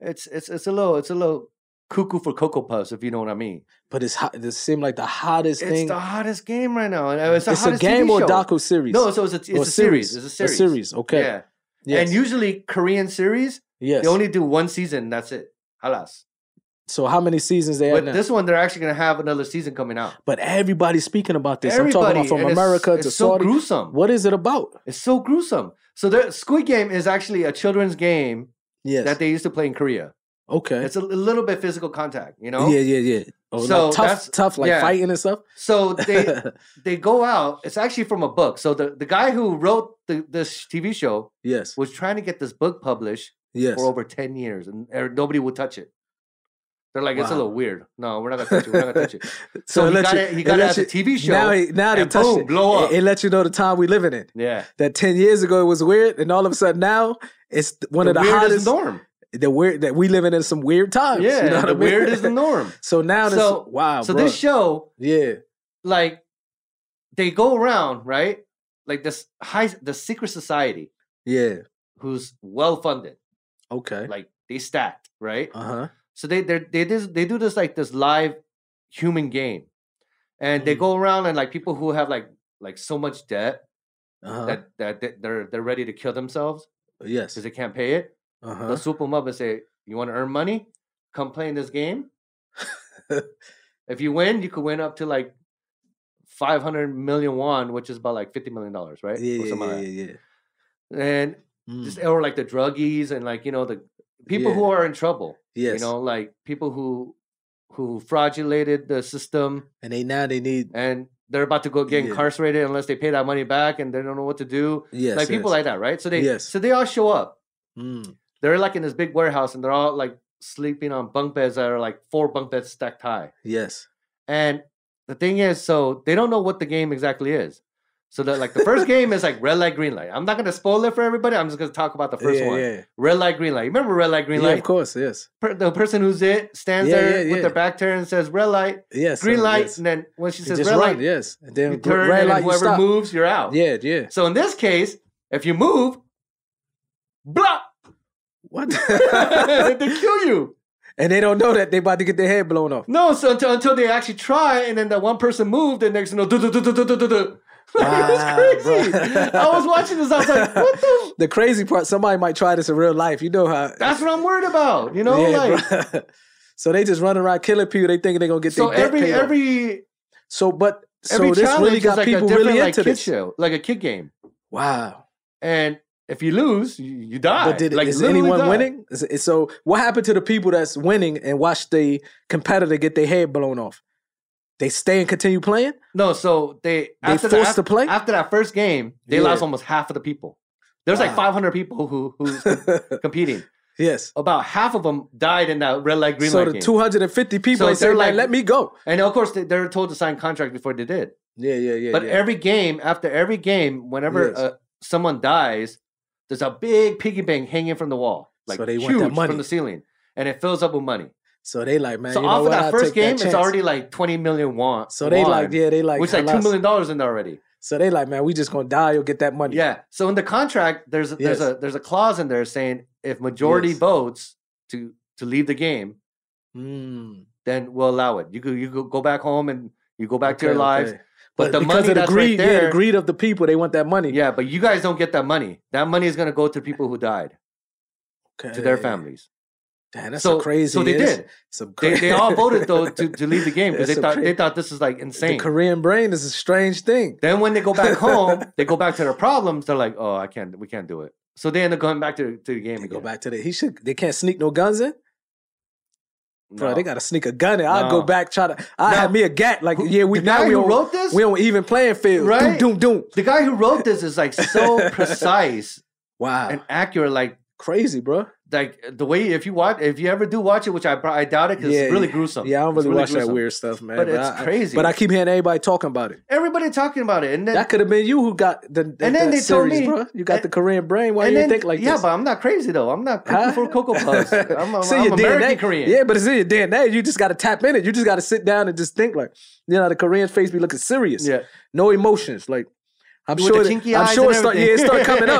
S1: It's it's it's a little it's a little cuckoo for cocoa puffs if you know what I mean.
S2: But it's hot. This seemed like the hottest
S1: It's
S2: thing.
S1: the hottest game right now, and uh, it's, the
S2: It's a
S1: hottest
S2: game
S1: TV
S2: or
S1: show.
S2: docu series.
S1: No, so it's a, it's
S2: Or
S1: a series. It's a series.
S2: Okay.
S1: Yeah.
S2: Yes.
S1: And usually Korean series,
S2: yes.
S1: they only do one season. That's it. Halas.
S2: so how many seasons they
S1: but
S2: had now?
S1: this one, they're actually gonna have another season coming out.
S2: but everybody's speaking about this. I'm talking about
S1: and
S2: from
S1: it's-
S2: America
S1: it's
S2: to
S1: so
S2: Saudi.
S1: gruesome.
S2: What is it about?
S1: It's so gruesome. So the Squid Game is actually a children's game
S2: Yes.
S1: that they used to play in Korea.
S2: okay.
S1: It's a, a little bit physical contact, you know.
S2: Yeah, yeah, yeah. Oh,
S1: So
S2: like tough,
S1: that's-
S2: tough, like
S1: yeah.
S2: fighting and stuff.
S1: So they they go out. It's actually from a book. So the, the guy who wrote the, this TV show
S2: (laughs) yes.
S1: was trying to get this book published
S2: Yes.
S1: for over 10 years and er- nobody would touch it. They're like, it's a
S2: Wow.
S1: little weird. No, we're not gonna touch it. We're not gonna touch
S2: (laughs)
S1: it. So,
S2: it
S1: he
S2: let
S1: got
S2: you-
S1: it, he got it
S2: let
S1: as
S2: you-
S1: a TV show.
S2: Now, he, now they
S1: and
S2: touched
S1: boom,
S2: it.
S1: blow up.
S2: It, it let you know the time we living in.
S1: yeah.
S2: That ten years ago it was weird, and all of a sudden now it's th- one of the Oh,
S1: weird
S2: hottest.
S1: is the norm.
S2: The weird that we living in some weird Oh, times.
S1: Yeah,
S2: you know what
S1: the
S2: I mean?
S1: weird is the norm.
S2: (laughs) So now this
S1: So-
S2: wow,
S1: so
S2: bro.
S1: this show,
S2: yeah,
S1: like, they go around, right? Like this high the secret society
S2: yeah,
S1: who's well funded.
S2: okay,
S1: Like they stacked, right?
S2: uh huh,
S1: So they they they this, they do this like this live human game, and they
S2: Mm.
S1: go around and like people who have like like so much debt
S2: uh huh,
S1: that that that they're they're ready to kill themselves
S2: yes,
S1: because they can't pay it.
S2: uh
S1: They'll
S2: huh,
S1: swoop them up and say, "You want to earn money? Come play in this game.
S2: (laughs)
S1: if you win, you could win up to like five hundred million won, which is about like fifty million dollars, right? Or
S2: yeah, yeah,
S1: something
S2: yeah,
S1: like
S2: yeah, yeah.
S1: that. And
S2: Mm,
S1: just or like the druggies and like you know the people who
S2: Yeah.
S1: are in trouble.
S2: yes,
S1: you know like people who who fraudulated the system
S2: and they now they need
S1: and they're about to go get
S2: Yeah.
S1: incarcerated unless they pay that money back and they don't know what to do
S2: yes,
S1: like people
S2: yes.
S1: like that right so they
S2: Yes.
S1: so they all show up
S2: Mm,
S1: they're like in this big warehouse and they're all like sleeping on bunk beds that are like four bunk beds stacked high
S2: yes,
S1: and the thing is so they don't know what the game exactly is so that like the
S2: (laughs)
S1: first game is like red light green light i'm not going to spoil it for everybody i'm just going to talk about the first
S2: yeah,
S1: one
S2: yeah,
S1: red light green light remember red light green
S2: yeah,
S1: light
S2: of course, yes,
S1: per- the person who's it stands
S2: Yeah,
S1: there
S2: yeah,
S1: with
S2: yeah.
S1: their back turned and says red light,
S2: yes,
S1: green
S2: uh,
S1: light,
S2: yes.
S1: and then when she
S2: You
S1: says
S2: just
S1: red
S2: run,
S1: light,
S2: yes, and
S1: you
S2: then gr-
S1: turn
S2: red
S1: and
S2: light, you
S1: whoever
S2: stop.
S1: moves, you're out.
S2: Yeah, yeah.
S1: So in this case, if you move, blah, (laughs)
S2: What?
S1: they kill you.
S2: (laughs) and they don't know that they about to get their head blown off.
S1: No, so until, until they actually try, and then that one person moved, and next you know, do do do do do do do do. (laughs)
S2: Wow,
S1: It's crazy.
S2: bro.
S1: I
S2: (laughs)
S1: was watching this. I was like, what the?
S2: The crazy part, somebody might try this in real life. You know how?
S1: That's what I'm worried about. You know, like
S2: bro. so they just running around killing people. They thinking they gonna (laughs) get
S1: so
S2: their debt
S1: every
S2: paid off.
S1: every
S2: So, but so
S1: every
S2: this
S1: challenge
S2: really
S1: is
S2: got
S1: like a
S2: people
S1: different
S2: really
S1: like
S2: into
S1: kid
S2: this.
S1: show, like a kid game.
S2: Wow.
S1: and if you lose, you, you die.
S2: But did
S1: like,
S2: is
S1: literally
S2: anyone
S1: die.
S2: winning? Is it- so, what happened to the people that's winning and watch the competitor get their head blown off? They stay and continue playing. (laughs)
S1: No, so they
S2: They
S1: after
S2: forced
S1: that,
S2: to play?
S1: after that first game, they
S2: Yeah.
S1: lost almost half of the people. There's like
S2: Wow.
S1: 500 people who
S2: (laughs)
S1: who's competing.
S2: yes.
S1: About half of them died in that red light green
S2: so
S1: light
S2: the
S1: game.
S2: two hundred and fifty people
S1: So
S2: they say
S1: they're
S2: like,
S1: like-
S2: "Let me go."
S1: and of course, they, they're told to sign contract before they did.
S2: Yeah, yeah, yeah.
S1: but
S2: yeah.
S1: every game, after every game, whenever
S2: Yes.
S1: uh, someone dies, there's a big piggy bank hanging from the wall, like
S2: So they want
S1: huge
S2: that money.
S1: from the ceiling, and it fills up with money.
S2: so they like, man.
S1: so
S2: you
S1: off
S2: know
S1: of
S2: what?
S1: that
S2: I'll
S1: first
S2: take that
S1: game, it's
S2: chance.
S1: already like 20 million won.
S2: So they like,
S1: won.
S2: yeah, they like,
S1: which like two
S2: "Halas."
S1: million dollars in there already.
S2: So they like, man, we just gonna die. You'll get that money.
S1: Yeah. So in the contract, there's a, there's
S2: Yes.
S1: a there's a clause in there saying if majority
S2: Yes.
S1: votes to to leave the game,
S2: Mm,
S1: then we'll allow it. You go you go- go back home and you go back to your
S2: okay,
S1: lives.
S2: okay.
S1: But the
S2: because
S1: money
S2: of the
S1: that's right
S2: greed, yeah, the
S1: there-
S2: greed of the people, they want that money.
S1: Yeah, but you guys don't get that money. That money is gonna go to people who died
S2: Okay.
S1: to their families.
S2: Damn, that's
S1: so
S2: a crazy.
S1: So they
S2: it's
S1: did.
S2: Some
S1: They,
S2: cra-
S1: they all voted though
S2: (laughs)
S1: to, to leave the game because they
S2: That's a
S1: thought
S2: cra-
S1: they thought this is like
S2: the
S1: insane.
S2: Korean brain is a strange thing.
S1: Then when they go back home,
S2: (laughs)
S1: they go back to their problems. They're like, oh, I can't, we can't do it. So they end up going back to, to the game
S2: They
S1: again.
S2: go back to the. He should. They can't sneak no guns in, bro.
S1: No.
S2: They gotta sneak a gun in. I'll go
S1: No.
S2: back try to. I will
S1: Now-
S2: have me a gat. Like yeah, we
S1: the
S2: now
S1: guy
S2: we
S1: who
S2: on,
S1: wrote this,
S2: we on even playing field.
S1: Right?
S2: Doom, doom, doom. (laughs)
S1: the guy who wrote this is like so precise
S2: Wow,
S1: and accurate. Like
S2: Crazy, bro.
S1: Like the way if you watch, if you ever do watch it, which I pro- I doubt it because
S2: Yeah,
S1: it's really gruesome.
S2: Yeah, I don't
S1: It's
S2: really, watch that
S1: gruesome.
S2: weird stuff, man.
S1: But it's
S2: I-
S1: crazy.
S2: But I keep hearing everybody talking about it.
S1: Everybody talking about it, and then
S2: That could have been you who got the, the
S1: And then
S2: that
S1: they told
S2: series,
S1: me-
S2: bro. You got
S1: and-
S2: the Korean brain. Why
S1: and
S2: you
S1: then,
S2: think like
S1: yeah,
S2: this?
S1: but I'm not crazy though. I'm not (laughs) cooking
S2: Huh?
S1: for
S2: (laughs)
S1: Cocoa Puffs. I'm, I'm,
S2: See,
S1: I'm
S2: your
S1: American
S2: DNA,
S1: Korean.
S2: Yeah, but it's in your DNA. You just got to tap in it. You just got to sit down and just think like, you know, the Korean face be looking serious.
S1: yeah.
S2: No emotions. Like, I'm
S1: With
S2: sure.
S1: the
S2: It,
S1: chinky
S2: I'm
S1: eyes
S2: sure.
S1: and
S2: It start, yeah, it
S1: everything.
S2: start coming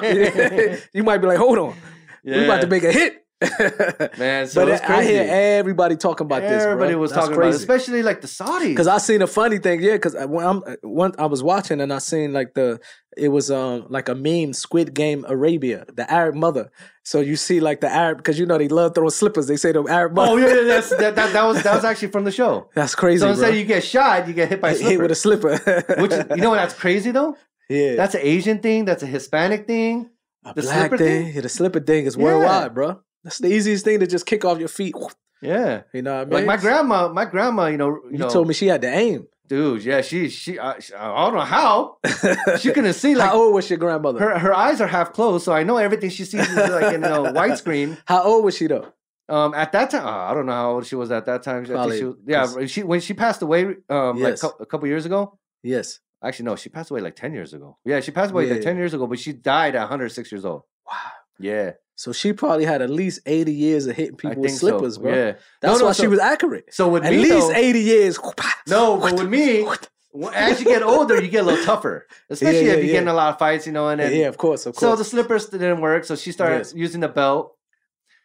S2: up.
S1: (laughs)
S2: (laughs) you might be like, hold on, we about to
S1: Yeah.
S2: make a hit. (laughs)
S1: Man, so
S2: but
S1: it's
S2: I hear
S1: crazy.
S2: everybody talking about this.
S1: Everybody
S2: bro.
S1: was
S2: That's
S1: talking about, it,
S2: crazy.
S1: especially like the Saudis.
S2: Cause I seen a funny thing, yeah. Cause I, when I'm when I was watching and I seen like the it was um like a meme Squid Game Arabia, the Arab mother. So you see like the Arab because you know they love throwing slippers. They say the Arab mother.
S1: oh yeah, yeah that's, that, that that was that was actually from the show.
S2: (laughs) that's (laughs) crazy.
S1: So
S2: bro.
S1: instead
S2: (laughs)
S1: you get shot, you get hit by a
S2: Hit- hit
S1: slipper.
S2: with a slipper.
S1: (laughs) Which is, you know what? That's crazy though.
S2: (laughs) yeah,
S1: That's an Asian thing. That's a Hispanic thing.
S2: a
S1: the
S2: black
S1: slipper
S2: thing.
S1: thing?
S2: Yeah, the slipper thing is
S1: Yeah.
S2: worldwide, bro. That's the easiest thing to just kick off your feet.
S1: Yeah.
S2: You know what I mean?
S1: Like my grandma, my grandma, you know, you,
S2: You
S1: know,
S2: told me she had to aim.
S1: dude, yeah, she, she, I, she- I don't know
S2: (laughs)
S1: how she couldn't see. Like
S2: How old was your grandmother?
S1: her, her eyes are half closed, so I know everything she sees is like in
S2: (laughs)
S1: a white screen.
S2: How old was she though?
S1: Um, at that time, I don't know how old she was at that time. I think
S2: Probably-
S1: she was- yeah, she when she passed away, um,
S2: Yes.
S1: like cou- a couple years ago.
S2: Yes.
S1: Actually, no, she passed away like ten years ago. Yeah, she passed away like
S2: Yeah.
S1: ten years ago, but she died at 106 years old.
S2: Wow.
S1: Yeah,
S2: So she probably had at least 80 years of hitting
S1: I
S2: people
S1: think
S2: with slippers,
S1: so.
S2: bro.
S1: Yeah,
S2: That's
S1: No, no,
S2: why she
S1: so-
S2: was accurate.
S1: so with
S2: At
S1: me,
S2: least
S1: though-
S2: 80 years. (laughs)
S1: No, but with me, Well, as you get older, you get a little tougher, especially
S2: (laughs) yeah,
S1: if you
S2: yeah.
S1: get in a lot of fights, you know. And
S2: Yeah,
S1: then,
S2: yeah, of course, of
S1: so
S2: course.
S1: the slippers didn't work, so she started
S2: Yes.
S1: using the belt.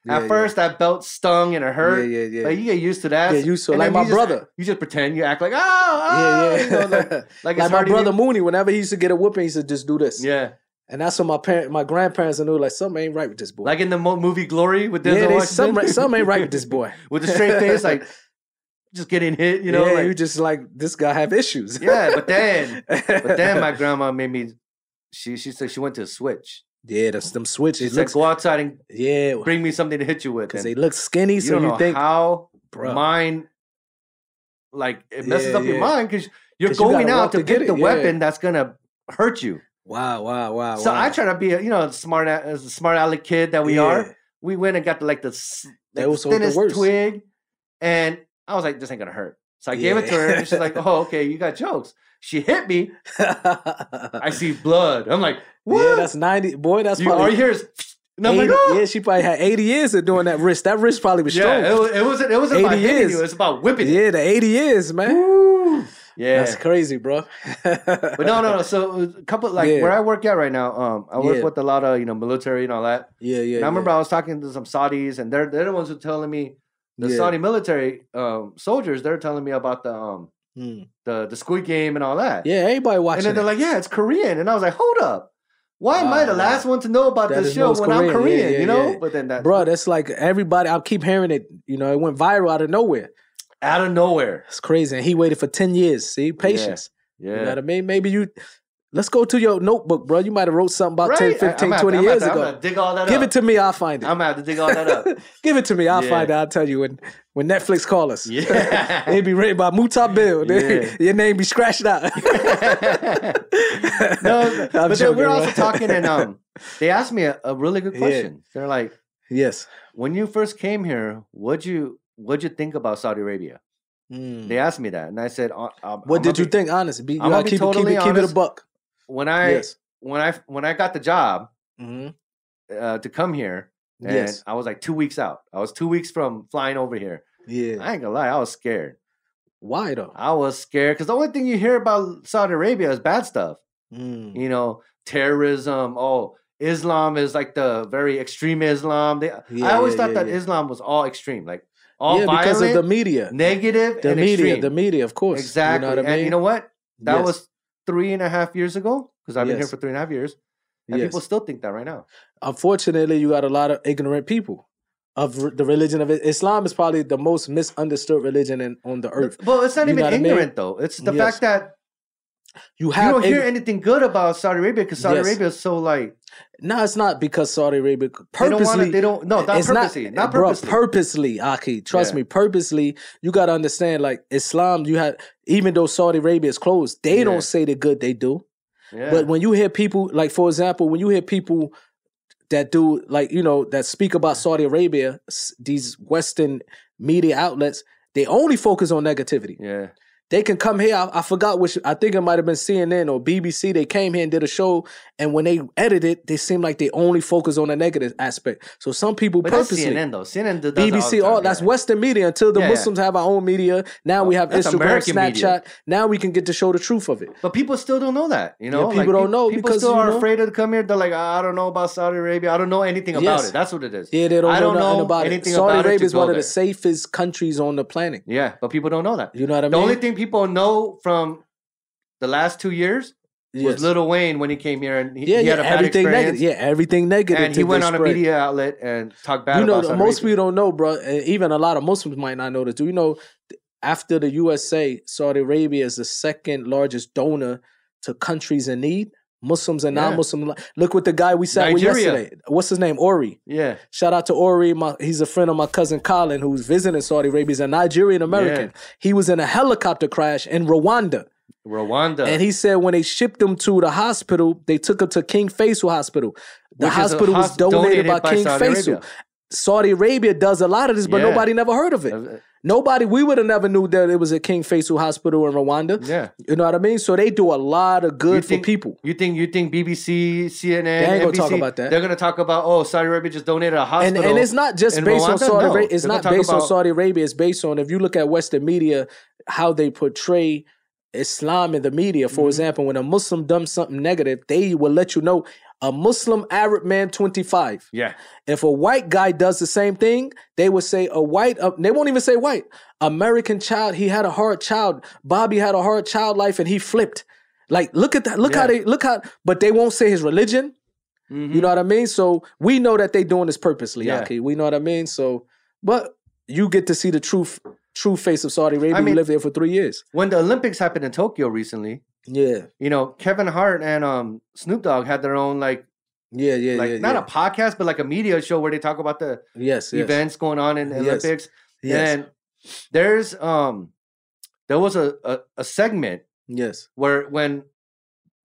S2: Yeah,
S1: At
S2: yeah.
S1: first, that belt stung and it hurt,
S2: Yeah, yeah, yeah.
S1: but you get used to that.
S2: Yeah, used to it,
S1: And
S2: like
S1: then
S2: my
S1: you just-
S2: brother.
S1: you just pretend, you act like, oh,
S2: yeah,
S1: (laughs) oh
S2: yeah.
S1: you
S2: (laughs)
S1: know, like, like
S2: like
S1: it's
S2: my
S1: hard to
S2: brother
S1: do.
S2: Mooney, whenever he used to get a whipping, he used to just do this.
S1: Yeah,
S2: And that's what my parent, my grandparents knew, like, something ain't right with this boy.
S1: like in the mo- movie Glory with Denzel
S2: yeah, they,
S1: Washington. (laughs)
S2: something, ain't- something ain't right with this boy.
S1: with a straight face, like
S2: (laughs)
S1: just getting hit, you know.
S2: yeah,
S1: like-
S2: you just like, this guy have issues.
S1: yeah, but then,
S2: but
S1: but
S2: (laughs)
S1: then my grandma made me. She she said she went to switch.
S2: Yeah, that's them
S1: She
S2: switches.
S1: said,
S2: Looks,
S1: "Go outside and
S2: yeah,
S1: bring me something to hit you with."
S2: because
S1: And
S2: they look skinny,
S1: you
S2: so
S1: don't
S2: you
S1: know
S2: think,
S1: how
S2: bruh.
S1: mine, like it messes
S2: Yeah,
S1: up your
S2: yeah.
S1: mind because you're
S2: 'Cause you
S1: going
S2: gotta walk
S1: out to
S2: to get
S1: get
S2: it,
S1: the
S2: yeah.
S1: weapon that's gonna hurt you.
S2: wow, wow, wow.
S1: so
S2: wow.
S1: I try to be, a, you know, smart a- as a smart aleck kid that we
S2: Yeah. (laughs)
S1: are. We went and got the, like the, s-
S2: That
S1: like, the
S2: was what the
S1: thinnest
S2: worst.
S1: twig, and I was like, "This ain't gonna hurt." So I gave it to her, and she's like, "Oh, okay, you got jokes." She hit me. I see blood. I'm like, "What?"
S2: (laughs) Yeah, that's 90. Boy, that's
S1: you,
S2: probably.
S1: all you hear is, and I'm
S2: 80
S1: like, "Oh."
S2: Yeah, she probably had 80 years of doing that wrist. That wrist probably was strong.
S1: Yeah, it,
S2: Yeah,
S1: was, it wasn't. It wasn't about
S2: 80
S1: hitting
S2: years.
S1: you. It's about whipping. it.
S2: the 80 years, man.
S1: Yeah.
S2: That's crazy, bro.
S1: but no, no, no. So a couple like
S2: Yeah.
S1: where I work at right now, um, I work
S2: Yeah.
S1: with a lot of you know military and all that.
S2: (laughs) Yeah, yeah.
S1: and I remember
S2: yeah.
S1: I was talking to some Saudis, and they're they're the ones who telling me the
S2: Yeah.
S1: Saudi military um, soldiers. They're telling me about the um
S2: Mm.
S1: the the Squid Game and all that.
S2: Yeah, everybody watching.
S1: and then they're
S2: it.
S1: like, yeah, it's Korean, and I was like, hold up. Why am I the
S2: Wow.
S1: last one to know about
S2: That
S1: this
S2: is no,
S1: show
S2: it's
S1: when I'm
S2: Korean. Yeah,
S1: Korean?
S2: yeah,
S1: you know,
S2: yeah.
S1: but then that
S2: bro, that's like everybody. I keep hearing it. You know, it went viral out of nowhere.
S1: out of nowhere.
S2: It's crazy. And he waited for 10 years. See, patience.
S1: Yeah,
S2: You know what I mean? Maybe you. Let's go to your notebook, bro. You might have wrote something about
S1: right?
S2: 10,
S1: I- I'm
S2: 15,
S1: gonna-
S2: 20
S1: I'm
S2: years
S1: gonna- I'm
S2: ago.
S1: gonna dig all that
S2: Give
S1: up.
S2: it to me. I'll find it.
S1: I'm gonna have to dig all that up.
S2: Give it to me. I'll
S1: Yeah.
S2: find out. I'll tell you when when Netflix call us.
S1: Yeah.
S2: It'd be written by Muta Bill.
S1: (laughs) Yeah.
S2: (laughs) Your name be scratched
S1: (laughs)
S2: out. (laughs)
S1: no,
S2: I'm
S1: but then
S2: joking,
S1: we're
S2: bro.
S1: also talking, and um, they asked me a, a really good
S2: Yeah.
S1: question. They're like,
S2: (laughs) Yes.
S1: "When you first came here, what'd you what'd you think about Saudi Arabia?"
S2: Mm.
S1: They asked me that, and I said, uh, um,
S2: What
S1: I'ma
S2: did you
S1: be-
S2: think? Honest. Be, you
S1: I'ma
S2: gotta
S1: be
S2: keep, it- keep
S1: totally
S2: it, keep it a
S1: honest.
S2: buck.
S1: When I
S2: yes.
S1: when I when I got the job
S2: hmm
S1: uh, to come here, and
S2: Yes.
S1: I was like two weeks out. I was two weeks from flying over here.
S2: Yeah.
S1: I ain't gonna lie, I was scared.
S2: Why though?
S1: I was scared because the only thing you hear about Saudi Arabia is bad stuff.
S2: Mm.
S1: you know, terrorism. Oh, Islam is like the very extreme Islam. They, I
S2: Yeah,
S1: always
S2: yeah,
S1: thought
S2: yeah,
S1: that
S2: yeah.
S1: Islam was all extreme, like all
S2: yeah,
S1: violent,
S2: because of the media.
S1: negative,
S2: The
S1: and
S2: media.
S1: extreme.
S2: The media, of course.
S1: exactly.
S2: You know what I mean?
S1: And you know what? That
S2: Yes.
S1: was three and a half years ago because I've been here
S2: Yes.
S1: for three and a half years, and
S2: Yes.
S1: people still think that right now.
S2: unfortunately, you got a lot of ignorant people. Of r- the religion of it. Islam is probably the most misunderstood religion in, on the earth.
S1: Well, it's not
S2: You
S1: even
S2: know what I mean?
S1: ignorant though. It's the
S2: Yes.
S1: fact that
S2: You
S1: you
S2: have
S1: don't hear
S2: ign-
S1: anything good about Saudi Arabia because Saudi
S2: Yes.
S1: Arabia is so like
S2: No, it's not because Saudi Arabia
S1: they don't want
S2: purposely. eh,
S1: to. They don't. No, not
S2: it's not-
S1: purposely. Not,
S2: bro,
S1: purposely.
S2: purposely, Aki. Trust
S1: Yeah.
S2: me, purposely. You got to understand, like Islam. You had even though Saudi Arabia is closed, they
S1: Yeah.
S2: don't say the good they do.
S1: yeah.
S2: But when you hear people, like for example, when you hear people that do like you know that speak about Saudi Arabia, s- these Western media outlets, they only focus on negativity.
S1: Yeah.
S2: They can come here. I, I forgot which. I think it might have been CNN or BBC. They came here and did a show, and when they edited, they seem like they only focus on the negative aspect. So some people
S1: But that's
S2: purposely.
S1: CNN though. CNN does that
S2: BBC,
S1: all,
S2: all
S1: the time,
S2: that's
S1: yeah.
S2: Western media. Until the
S1: Yeah, yeah.
S2: Muslims have our own media, now we have
S1: That's
S2: Instagram,
S1: American
S2: Snapchat.
S1: media.
S2: Now we can get to show the truth of it.
S1: But people still don't know that, you know.
S2: people
S1: pe-
S2: don't know
S1: People
S2: because,
S1: still
S2: you
S1: are
S2: know-
S1: afraid to come here. They're like, I don't know about Saudi Arabia. I don't know anything about
S2: Yes.
S1: it. That's what it is.
S2: Yeah, they don't
S1: I
S2: know
S1: don't
S2: nothing
S1: know
S2: about
S1: anything
S2: it. Saudi
S1: about it to
S2: Arabia is
S1: go
S2: one of
S1: there.
S2: the safest countries on the planet.
S1: Yeah, but people don't know that.
S2: You know what I
S1: the
S2: mean?
S1: only thing people know from the last two years
S2: Yes.
S1: was Little Wayne when he came here and he,
S2: yeah,
S1: he
S2: yeah,
S1: had a bad
S2: everything
S1: experience.
S2: negative. Yeah, everything negative.
S1: and he
S2: to
S1: went
S2: this
S1: on a
S2: spread.
S1: media outlet and talked bad
S2: You know,
S1: about Saudi
S2: most
S1: Arabia.
S2: people don't know, bro. And even a lot of Muslims might not know this. Do you know? th- After the USA, Saudi Arabia is the second largest donor to countries in need. Muslims and
S1: Yeah.
S2: non-Muslim. Look what the guy we sat with
S1: Nigeria.
S2: yesterday. What's his name? Ori.
S1: Yeah,
S2: Shout out to Ori. My, he's a friend of my cousin Colin, who's visiting Saudi Arabia. He's a Nigerian American. He was in a helicopter crash in Rwanda.
S1: Rwanda.
S2: And he said when they shipped him to the hospital, they took him to King Faisal Hospital. The
S1: which is a
S2: hospital was
S1: hos-
S2: donated, by, King
S1: Saudi
S2: Faisal.
S1: Arabia.
S2: Saudi Arabia does a lot of this, but
S1: Yeah.
S2: nobody never heard of it.
S1: Uh,
S2: Nobody, we would have never knew that it was a King Faisal Hospital in Rwanda.
S1: Yeah,
S2: You know what I mean? So they do a lot of
S1: You
S2: good
S1: think-
S2: for people.
S1: you think you think BBC, CNN,
S2: They ain't gonna
S1: NBC,
S2: talk about that.
S1: They're gonna talk about oh Saudi Arabia just donated a
S2: and,
S1: hospital.
S2: and it's not just
S1: in
S2: based on
S1: Rwanda?
S2: Saudi
S1: No.
S2: Arabia. It's
S1: They're gonna
S2: not
S1: talk
S2: based on
S1: about-
S2: Saudi Arabia. It's based on if you look at Western media, how they portray Islam in the media.
S1: Mm-hmm.
S2: For example, when a Muslim does something negative, they will let you know a Muslim Arab man twenty five.
S1: yeah,
S2: If a white guy does the same thing, they would say a white. Uh, they won't even say white. American child. He had a hard child. Bobby had a hard child life, and he flipped. Like look at that. Look how
S1: Yeah.
S2: they look how. But they won't say his religion.
S1: Mm-hmm.
S2: You know what I mean? So we know that they doing this purposely,
S1: Mm. Yeah.
S2: Aki. We know what I mean. So, but you get to see the truth, true face of Saudi Arabia.
S1: I
S2: you
S1: mean-
S2: lived there for three years.
S1: when the Olympics happened in Tokyo recently,
S2: Yeah,
S1: you know Kevin Hart and um Snoop Dogg had their own like
S2: yeah, yeah,
S1: like
S2: yeah.
S1: not
S2: yeah.
S1: a podcast but like a media show where they talk about the
S2: yes, yes,
S1: events going on in the
S2: Yes.
S1: Olympics.
S2: yes,
S1: And there's um there was a, a a segment
S2: yes.
S1: where when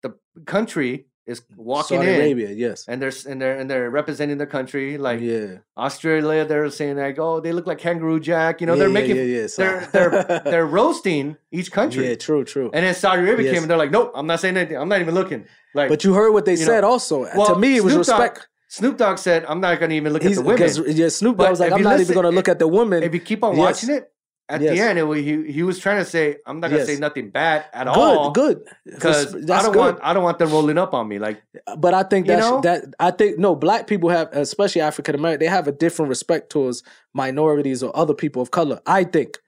S1: the country is walking
S2: Saudi
S1: in
S2: Arabia, yes,
S1: and they're and they're and they're representing their country like
S2: yeah.
S1: Australia they're saying like oh they look like kangaroo jack you know
S2: Yeah,
S1: they're
S2: yeah,
S1: making
S2: yeah, yeah. So-
S1: they're they're
S2: (laughs)
S1: they're roasting each country
S2: yeah, true, true.
S1: and then Saudi Arabia
S2: Yes.
S1: came and they're like nope I'm not saying anything I'm not even looking like
S2: but you heard what they
S1: you know,
S2: said. also, Uh, to
S1: well,
S2: me, it was
S1: Snoop Dogg
S2: respect.
S1: Snoop Dogg said I'm not gonna even look at the women
S2: because yeah, Snoop Dogg
S1: But
S2: was like,
S1: if
S2: I'm
S1: you
S2: not even
S1: listen-
S2: going to look at the woman.
S1: if you keep on
S2: Yes.
S1: watching it at
S2: Yes.
S1: the end it, wa- he he was trying to say I'm not gonna
S2: Yes.
S1: say nothing bad at all
S2: Good, good.
S1: because
S2: Resp-
S1: I don't want I don't want them rolling up on me like
S2: but I think
S1: You
S2: that's
S1: know?
S2: that I think no black people have especially African American they have a different respect towards minorities or other people of color. I think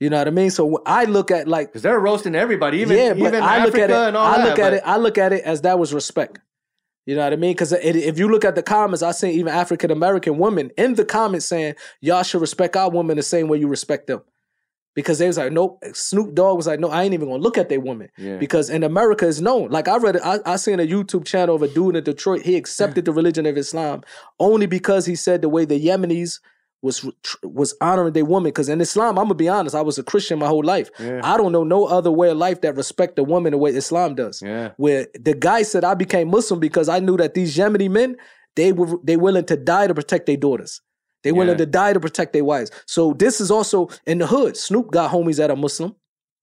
S2: you know what I mean. So when I look at like
S1: because they're roasting everybody even
S2: yeah, but
S1: even
S2: I look
S1: Africa
S2: at it.
S1: and all
S2: I
S1: that
S2: look at
S1: but-
S2: it. I look at it as that was respect. You know what I mean? Because if you look at the comments, I seen even African American women in the comments saying y'all should respect our women the same way you respect them. Because they was like, nope. Snoop Dogg was like, no, I ain't even gonna look at their women
S1: Yeah.
S2: because in America it's known. Like I read, I, I seen a YouTube channel of a dude in Detroit. He accepted the religion of Islam only because he said the way the Yemenis was was honoring their woman. Because in Islam, I'm gonna be honest, I was a Christian my whole life.
S1: Yeah.
S2: I don't know no other way of life that respect the woman the way Islam does.
S1: yeah
S2: Where the guy said I became Muslim because I knew that these Yemeni men they were they willing to die to protect their daughters. They willing
S1: Yeah.
S2: to die to protect their wives. So this is also in the hood. Snoop got homies that are Muslim.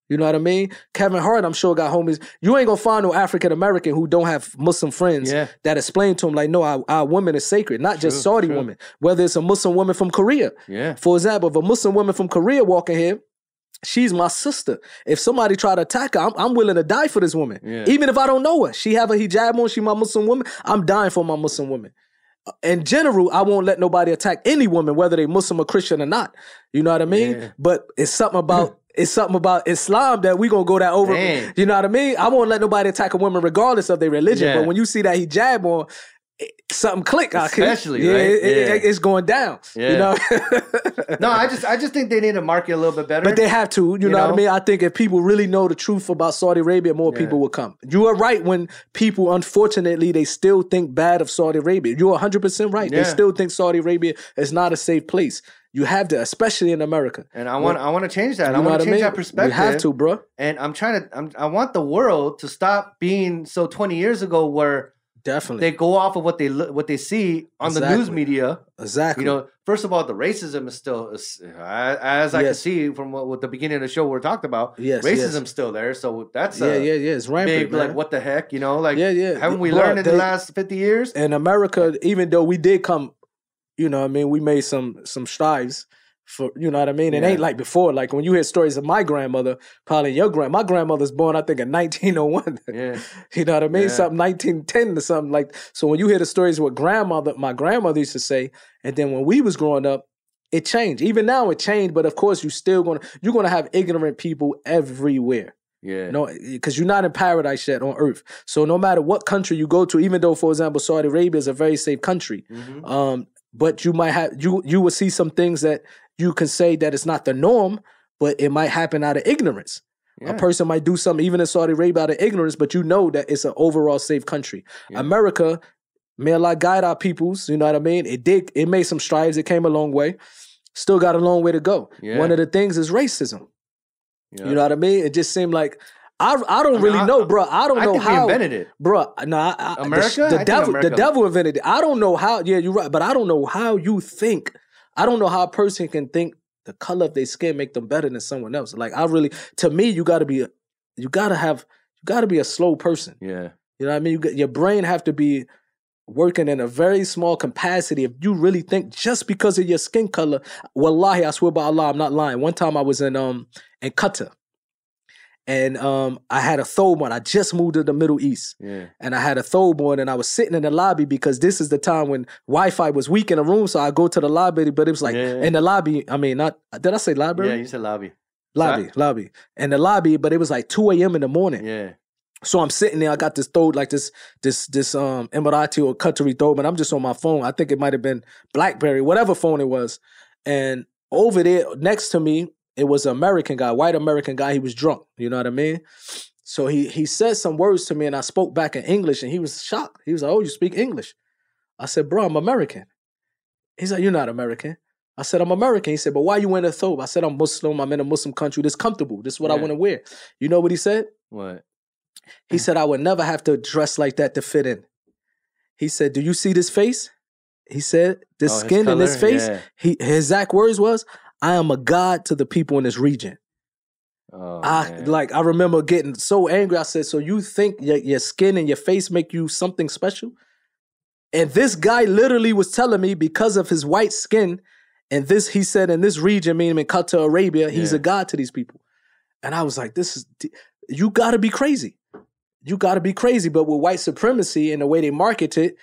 S2: You know what I mean? Kevin Hart, I'm sure got homies. You ain't gonna find no African American who don't have Muslim friends
S1: Yeah.
S2: that explain to him like, no, our, our woman is sacred, not just
S1: True,
S2: Saudi
S1: true.
S2: women. Whether it's a Muslim woman from Korea,
S1: yeah
S2: for example, if a Muslim woman from Korea walking here, she's my sister. If somebody try to attack her, I'm, I'm willing to die for this woman.
S1: Yeah.
S2: Even if I don't know her. She have a hijab on, she my Muslim woman. I'm dying for my Muslim woman. Uh, In general, I won't let nobody attack any woman, whether they Muslim or Christian or not. You know what I mean?
S1: Yeah.
S2: But it's
S1: (laughs)
S2: something about it's something about Islam that we gonna go that over.
S1: Dang.
S2: You know what I mean? I won't let nobody attack a woman regardless of their religion.
S1: Yeah.
S2: But when you see that hijab on, it- something click. I can-
S1: Especially,
S2: yeah,
S1: right?
S2: it- it-
S1: Yeah.
S2: it's going down. You
S1: Yeah.
S2: know. (laughs)
S1: no I just I just think they need to market a little bit better
S2: But they have to, you, know, what I
S1: know?
S2: mean? I think if people really know the truth about Saudi Arabia, more
S1: Yeah.
S2: people will come. You are right when people, unfortunately, they still think bad of Saudi Arabia. You're 100% right. They
S1: Yeah.
S2: still think Saudi Arabia is not a safe place. You have to, especially in America.
S1: and I want I want to change that
S2: You
S1: I
S2: know
S1: want
S2: what
S1: to
S2: I
S1: change
S2: mean?
S1: that perspective
S2: You have to, bro.
S1: and I'm trying to I'm, I want the world to stop being so 20 years ago where
S2: Definitely.
S1: They go off of what they look, what they see on the news
S2: Exactly.
S1: media.
S2: exactly.
S1: You know, first of all, the racism is still, is- uh, as I can
S2: Yes.
S1: see from what, what the beginning of the show we talked about,
S2: yes.
S1: racism still there. So that's
S2: Yes. Yeah,
S1: a
S2: yeah, yeah. It's rampant.
S1: big
S2: man.
S1: like what the heck, you know? Like
S2: yeah, yeah.
S1: haven't we
S2: Bruh,
S1: learned in the
S2: they-
S1: last fifty years?
S2: in America, even though we did come, you know, what I mean, we made some some strides for you know what I mean. It
S1: Yeah.
S2: ain't like before. Like when you hear stories of my grandmother, probably your grand, my grandmother's born, I think, in nineteen oh one. (laughs)
S1: Yeah,
S2: You know what I mean?
S1: Yeah.
S2: Something nineteen ten or something like. So when you hear the stories what grandmother, my grandmother used to say, and then when we was growing up, it changed. Even now it changed, but of course you still gonna you're gonna have ignorant people everywhere.
S1: yeah,
S2: No, because you're not in paradise yet on earth. So no matter what country you go to, even though, for example, Saudi Arabia is a very safe country,
S1: Mhm.
S2: um, but you might have you you will see some things that you can say that it's not the norm, but it might happen out of ignorance.
S1: yeah.
S2: A person might do something even in Saudi Arabia out of ignorance, but you know that it's an overall safe country.
S1: Yeah.
S2: America, may Allah guide our peoples. You know what I mean? It did. It made some strides. It came a long way. Still got a long way to go.
S1: Yeah.
S2: One of the things is racism.
S1: yeah.
S2: You know what I mean? It just seemed like I I don't
S1: I mean,
S2: really
S1: I-
S2: know, bro. I don't
S1: I
S2: know
S1: think we
S2: how,
S1: invented it.
S2: bro. No, I, I, the
S1: America?
S2: sh-
S1: I
S2: The,
S1: think
S2: devil,
S1: America-
S2: the devil invented it. I don't know how. Yeah, you're right, but I don't know how you think. I don't know how a person can think the color of their skin make them better than someone else. Like I really, to me, you got to be, a, you got to have, you got to be a slow person.
S1: Yeah,
S2: You know what I mean? You, got- your brain have to be working in a very small capacity if you really think just because of your skin color. Wallahi, I swear by Allah, I'm not lying. One time I was in um in Qatar, and um I had a thobe on. I just moved to the Middle East,
S1: yeah,
S2: and I had a thobe on, and I was sitting in the lobby because this is the time when Wi-Fi was weak in the room, so I go to the lobby, but it was like
S1: Yeah.
S2: in the lobby. I mean, not did I say library?
S1: yeah. You said lobby.
S2: Lobby, lobby, in the lobby, but it was like two a.m. in the morning.
S1: Yeah,
S2: So I'm sitting there. I got this throat like this, this, this um Emirati or Qatari throat, but I'm just on my phone. I think it might have been BlackBerry, whatever phone it was. And over there next to me, it was an American guy, white American guy. He was drunk. You know what I mean? So he he said some words to me, and I spoke back in English, and he was shocked. He was like, "Oh, you speak English?" I said, "Bro, I'm American." He's like, "You're not American." I said, "I'm American." He said, "But why you wearing a thobe?" I said, "I'm Muslim. I'm in a Muslim country. This comfortable. This is what I
S1: Yeah.
S2: want to wear." You know what he said?
S1: what?
S2: He said, I would never have to dress like that to fit in. He said, Do you see this face? He said, This
S1: Oh, his
S2: skin in this
S1: color?
S2: face.
S1: Yeah.
S2: He, his exact words was, I am a god to the people in this region.
S1: Oh,
S2: I
S1: man.
S2: Ah, like I remember getting so angry. I said, So you think your, your skin and your face make you something special? And this guy literally was telling me because of his white skin, and this he said in this region, meaning in Qatar Arabia, he's
S1: Yeah.
S2: a god to these people. And I was like, This is you gotta be crazy. You gotta be crazy. But with white supremacy and the way they market it,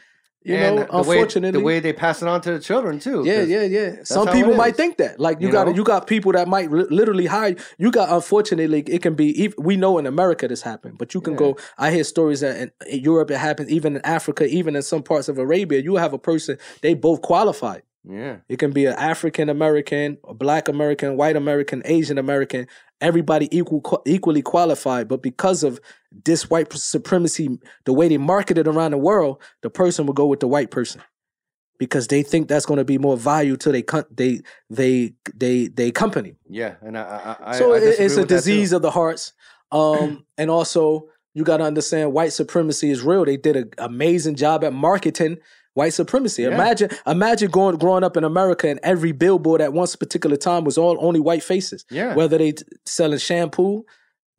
S2: you
S1: And
S2: know,
S1: the way-
S2: unfortunately.
S1: the way they pass it on to the children too.
S2: yeah,
S1: 'cause-
S2: yeah, yeah. Some
S1: how
S2: people
S1: it
S2: might
S1: is,
S2: think that. Like you,
S1: you
S2: got
S1: know?
S2: you got people that might li- literally hire you got unfortunately it can be ev- we know in America this happened, but you can
S1: Yeah.
S2: go I hear stories that in, in Europe it happens, even in Africa, even in some parts of Arabia, you have a person they both qualified.
S1: yeah,
S2: It can be an African American, a Black American, White American, Asian American. Everybody equal, qu- equally qualified, but because of this white supremacy, the way they market it around the world, the person will go with the white person because they think that's going to be more value to they con- they they they they company.
S1: yeah. And I, I, I
S2: so
S1: I
S2: it-
S1: disagree
S2: it's a
S1: with that, too.
S2: disease of the hearts,
S1: (clears throat)
S2: um, and also you got to understand white supremacy is real. They did an amazing job at marketing white supremacy.
S1: Yeah.
S2: Imagine imagine going growing up in America and every billboard at one particular time was all only white faces,
S1: Yeah,
S2: whether they t- selling shampoo,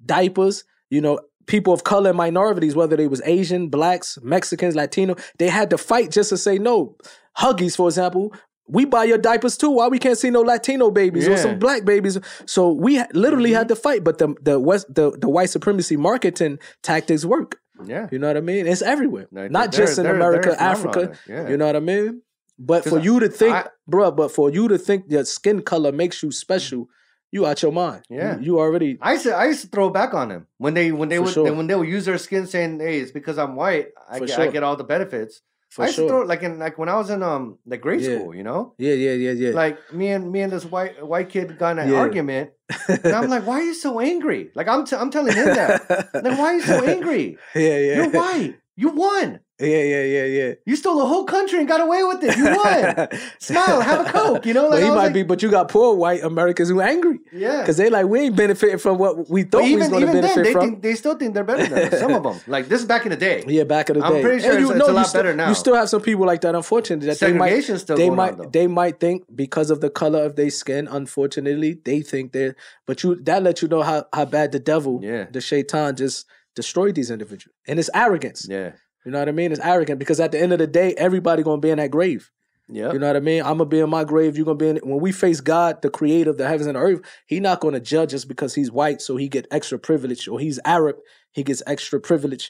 S2: diapers, you know. People of color and minorities, whether they was Asian, blacks, Mexicans, Latino, they had to fight just to say no. Huggies, for example, we buy your diapers too. Why we can't see no Latino babies or
S1: Yeah. Mm-hmm.
S2: some black babies? So we ha- literally had to fight. But the the West the, the white supremacy marketing tactics work.
S1: yeah.
S2: You know what I mean? It's everywhere,
S1: Like,
S2: not
S1: they're-
S2: just in
S1: they're- they're
S2: America,
S1: a phenomenon.
S2: Africa.
S1: Yeah.
S2: You know what I mean? But
S1: 'Cause
S2: for
S1: I-
S2: you to think,
S1: I- Mm.
S2: bruh, but for you to think your skin color makes you special, you out your mind.
S1: Yeah.
S2: you, you already.
S1: I used to I used to throw back on them when they when they
S2: For
S1: would
S2: sure.
S1: when they would use their skin saying, "Hey, it's because I'm white. I,
S2: For
S1: get, I
S2: sure.
S1: get all the benefits."
S2: For
S1: I used
S2: sure.
S1: to throw like in like when I was in um like grade
S2: Yeah.
S1: school, you know,
S2: yeah, yeah, yeah, yeah.
S1: like me and me and this white white kid got in an
S2: Yeah. (laughs)
S1: argument, and I'm like, "Why are you so angry?" Like I'm t- I'm telling him that. Like, why are you so angry?
S2: (laughs) yeah, yeah.
S1: You're white. You won.
S2: (laughs) Yeah, yeah, yeah, yeah.
S1: You stole a whole country and got away with it. You
S2: (laughs)
S1: won. Smile, have a coke. You know,
S2: But
S1: like
S2: he
S1: I was
S2: might
S1: like,
S2: be, but you got poor white Americans who angry
S1: yeah.
S2: because they like we ain't benefiting from what we
S1: But
S2: thought we was going to benefit
S1: they
S2: from.
S1: think they still think they're better than us, some of
S2: (laughs)
S1: them. Like this is back in the day.
S2: yeah, back in the
S1: I'm
S2: day.
S1: pretty
S2: And
S1: sure it's- it's a lot
S2: still,
S1: better now.
S2: You still have some people like that. Unfortunately, that they might
S1: Segregation's still
S2: they
S1: going on
S2: might
S1: though.
S2: they might think because of the color of their skin. Unfortunately, they think they're. But you that lets you know how how bad the devil,
S1: Yeah.
S2: the shaitan, just destroyed these individuals, and it's arrogance.
S1: yeah.
S2: You know what I mean? It's arrogant because at the end of the day, everybody gonna be in that grave.
S1: Yeah.
S2: You know what I mean? I'm gonna be in my grave. You're gonna be in. When we face God, the Creator of the heavens and the earth, He not gonna judge us because He's white, so He get extra privilege, or He's Arab, He gets extra privilege.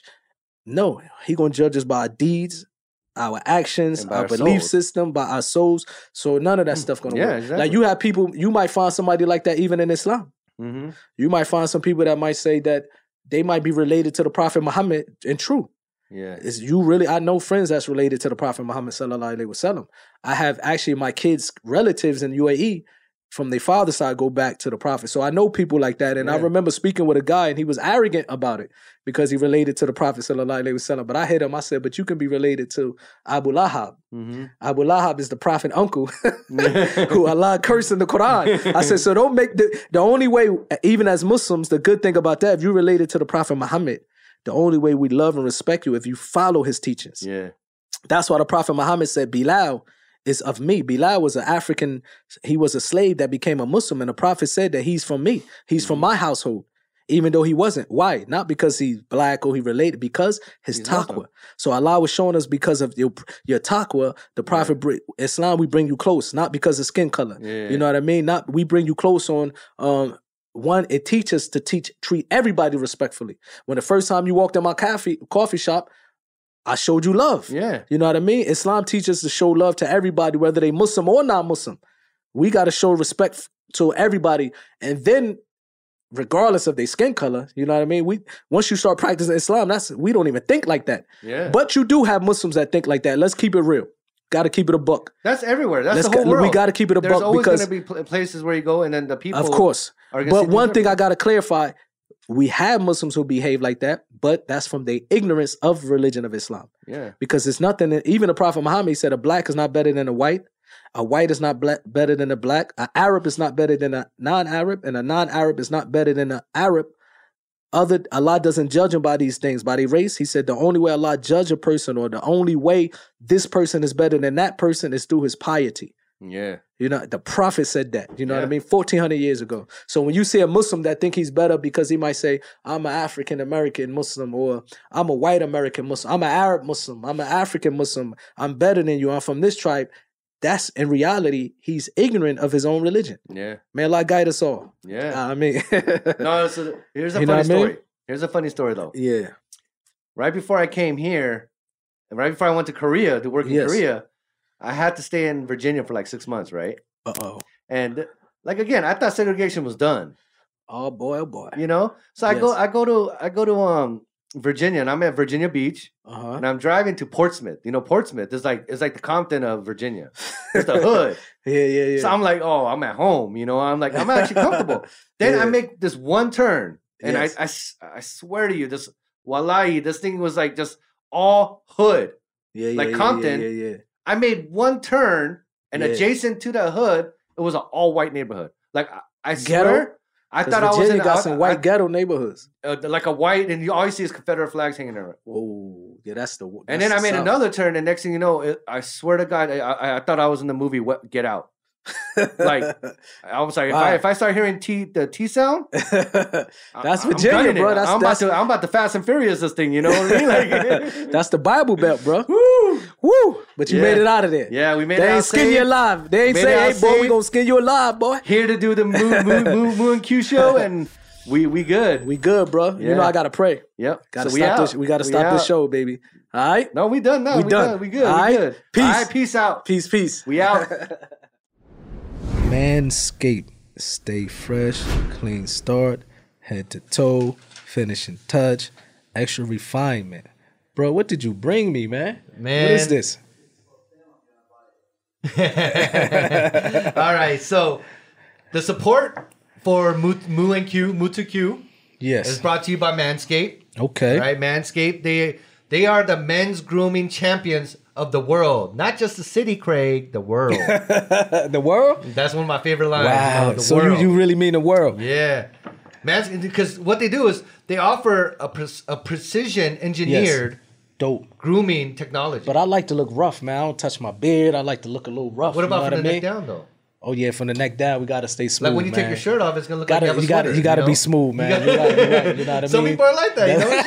S2: No, He gonna judge us by our deeds, our actions,
S1: And by
S2: our,
S1: our
S2: belief
S1: souls. Hmm.
S2: system, by our souls. So none of that stuff gonna
S1: Yeah,
S2: work.
S1: exactly.
S2: Like you have people, you might find somebody like that even in Islam.
S1: hmm
S2: You might find some people that might say that they might be related to the Prophet Muhammad, and true
S1: Yeah.
S2: is you really I know friends that's related to the Prophet Muhammad sallallahu alaihi wasallam. I have actually my kids relatives in UAE from their father's side go back to the Prophet. So I know people like that and I
S1: Yeah.
S2: remember speaking with a guy and he was arrogant about it because he related to the Prophet sallallahu alaihi wasallam. But I hit him I said but you can be related to Abu Lahab.
S1: Mm-hmm.
S2: Abu Lahab is the prophet uncle (laughs) who Allah cursed in the Quran. I said, so don't make the the only way, even as Muslims, the good thing about that, if you related to the Prophet Muhammad, the only way we love and respect you if you follow his teachings.
S1: yeah.
S2: That's why the Prophet Muhammad said, Bilal is of me. Bilal was an African, he was a slave that became a Muslim, and the Prophet said that he's from me, he's
S1: Mm-hmm.
S2: from my household. Even though he wasn't. Why? Not because he's black or he related, because his
S1: He's
S2: taqwa.
S1: Muslim.
S2: So Allah was showing us because of your your taqwa, the Prophet br- Islam, we bring you close, not because of skin color.
S1: Yeah.
S2: You know what I mean? Not we bring you close on um one, it teaches to teach treat everybody respectfully. When the first time you walked in my coffee coffee shop, I showed you love.
S1: Yeah.
S2: You know what I mean? Islam teaches to show love to everybody, whether they Muslim or non-Muslim. We got to show respect f- to everybody, and then, regardless of their skin color, you know what I mean. We once you start practicing Islam, that's we don't even think like that.
S1: Yeah.
S2: But you do have Muslims that think like that. Let's keep it real. Got to keep it a buck.
S1: That's everywhere. That's
S2: Let's
S1: the whole
S2: go-
S1: world.
S2: We got to keep it a
S1: There's
S2: buck
S1: always going
S2: because,
S1: to be pl- places where you go, and then the people.
S2: of course.
S1: Are gonna
S2: But
S1: see
S2: one thing I
S1: different.
S2: got to clarify: we have Muslims who behave like that, but that's from their ignorance of religion of Islam.
S1: Yeah.
S2: because it's nothing. that- Even the Prophet Muhammad said a black is not better than a white, a white is not black, better than a black, a Arab is not better than a non-Arab, and a non-Arab is not better than an Arab. Other Allah doesn't judge him by these things, by their race. He said the only way Allah judge a person, or the only way this person is better than that person, is through his piety.
S1: Yeah.
S2: You know, the prophet said that. You know what I
S1: Yeah.
S2: mean? 1400 years ago. So when you see a Muslim that think he's better because he might say, I'm an African American Muslim or I'm a white American Muslim, I'm an Arab Muslim, I'm an African Muslim, I'm better than you, I'm from this tribe. That's in reality, he's ignorant of his own religion.
S1: Yeah.
S2: May Allah guide us all.
S1: Yeah.
S2: I mean, (laughs)
S1: no. So here's a
S2: Uh,
S1: funny
S2: You know what I mean?
S1: story. Here's a funny story though.
S2: yeah.
S1: Right before I came here, and right before I went to Korea to work in
S2: Yes.
S1: Korea, I had to stay in Virginia for like six months, right?
S2: Uh oh.
S1: And like again, I thought segregation was done.
S2: Oh boy, oh boy.
S1: you know so i go
S2: Yes.
S1: i go to i go to um virginia and i'm at virginia beach
S2: Uh
S1: and i'm driving to portsmouth you know portsmouth is like it's like the compton of
S2: (laughs)
S1: virginia
S2: huh.
S1: it's the hood
S2: yeah, yeah, yeah.
S1: so i'm like oh i'm at home you know i'm like i'm actually comfortable
S2: (laughs)
S1: then i
S2: Yeah.
S1: make this one turn and
S2: Yes.
S1: I, I s- I swear to you this wallahi this thing was like just all hood
S2: yeah, yeah,
S1: like
S2: yeah, yeah,
S1: Compton.
S2: Yeah, yeah.
S1: i made one turn and
S2: Yeah.
S1: adjacent to the hood it was an all-white neighborhood like i, I
S2: Ghetto?
S1: swear i
S2: Because
S1: thought i was
S2: Virginia
S1: in
S2: got
S1: I-
S2: some
S1: I-
S2: white ghetto neighborhoods.
S1: uh, like a white, and you all you see is Confederate flags hanging around.
S2: Whoa, yeah, that's the.
S1: And
S2: that's
S1: then I
S2: the
S1: made
S2: South.
S1: another turn, and next thing you know, it, I swear to God, I, I, I thought I was in the movie Wet- Get Out.
S2: (laughs)
S1: like, I was like, if,
S2: Wow.
S1: I, if I start hearing T the T
S2: (laughs)
S1: sound, I-
S2: That's
S1: I'm
S2: Virginia,
S1: gunning it.
S2: bro. That's-
S1: I'm
S2: that's-
S1: about to I'm about to Fast and Furious this thing. You know what I mean? Like,
S2: (laughs) that's the Bible Belt, bro.
S1: (laughs) woo.
S2: Woo! But you
S1: Yeah.
S2: made it out of there.
S1: Yeah, we made
S2: they
S1: it.
S2: ain't
S1: out
S2: skin you
S1: safe.
S2: alive. They ain't
S1: Made it
S2: say,
S1: out
S2: "Hey, boy, we
S1: safe.
S2: gonna skin you alive, boy."
S1: Here to do the Moo Moo Moo Moo and Q show, and we we good.
S2: We good, bro. You
S1: Yeah.
S2: know I gotta pray.
S1: Yep.
S2: Gotta
S1: So we
S2: stop
S1: out.
S2: this. We gotta stop this
S1: out.
S2: show, baby. All right.
S1: No, we done now.
S2: We
S1: We,
S2: done.
S1: done. We good.
S2: All
S1: we
S2: right.
S1: good.
S2: Peace.
S1: All right, peace out.
S2: Peace, peace.
S1: We
S2: (laughs)
S1: out. (laughs)
S2: Manscaped. Stay fresh, clean start, head to toe, finishing touch, extra refinement. Bro, what did you bring me, man? What is
S1: Man.
S2: this?
S1: All right, so the support for Mu, Mu and Q, Mutu Q, is
S2: Yes.
S1: brought to you by Manscaped.
S2: Okay.
S1: Right, Manscaped. They They are the men's grooming champions of the world, not just the city, Craig. The
S2: (laughs)
S1: world.
S2: Uh, the world?
S1: That's one of my favorite lines.
S2: Wow.
S1: uh, the
S2: so
S1: world.
S2: you, you really mean the world?
S1: Yeah. Man's because what they do is they offer a, pre- a precision engineered
S2: Dope.
S1: grooming technology.
S2: But I like to look rough, man. I don't touch my beard. I like to look a little rough.
S1: what
S2: you know
S1: about from
S2: I
S1: the neck
S2: mean?
S1: down though?
S2: Oh yeah, from the neck down, we gotta stay smooth.
S1: Like when you take
S2: man.
S1: your shirt off, it's gonna look
S2: gotta,
S1: like you have a
S2: you gotta,
S1: sweater,
S2: you gotta
S1: know?
S2: be smooth, man.
S1: (laughs)
S2: You're right, you're right, you know what I
S1: Some
S2: mean?
S1: people are like that, you
S2: (laughs)
S1: know. it's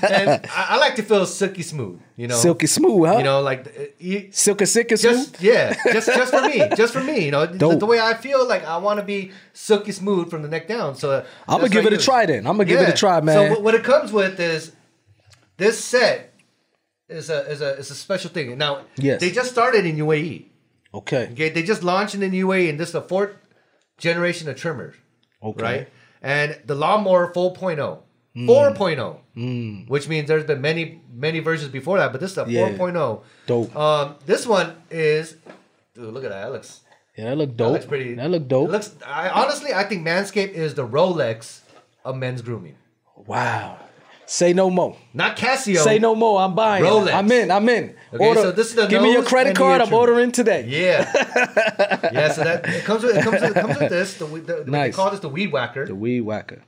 S1: true. And I, I like to feel silky smooth, you know.
S2: silky smooth, huh?
S1: you know, like uh, you,
S2: silky, silky smooth.
S1: just yeah, just just for me, just for me, you know. The,
S2: Dope.
S1: the way I feel, like I want to be silky smooth from the neck down. So uh,
S2: I'm gonna
S1: that's
S2: give
S1: what I
S2: it a
S1: use.
S2: try then. I'm gonna give it a
S1: Yeah.
S2: try,
S1: So
S2: man.
S1: what- what it comes with is this set is a is a is a special thing. Now,
S2: Yes.
S1: they just started in E. UAE.
S2: okay,
S1: Okay, they just launched in the UAE, and this is the fourth generation of trimmers,
S2: okay, Hmm.
S1: right? And the lawnmower oh. 4.0, 4.0, oh, which means there's been many many versions before that, but this is a
S2: Yeah.
S1: 4.0.
S2: dope.
S1: Um, this one is, dude, look at that. That looks
S2: yeah, that look
S1: that
S2: dope.
S1: looks pretty.
S2: That look dope.
S1: It looks. I honestly, I think Manscaped is the Rolex of men's grooming.
S2: wow. Say no more.
S1: Not Casio.
S2: Say no more. I'm buying.
S1: Rolex.
S2: I'm in. I'm in.
S1: Okay, so this is the
S2: give me your
S1: nose
S2: credit
S1: and the
S2: card.
S1: ear
S2: I'm
S1: trim.
S2: ordering today. (laughs)
S1: Yeah. yeah. So that it comes with it comes with, it comes with this. The, we- the,
S2: Nice.
S1: They call this the weed whacker.
S2: The weed whacker.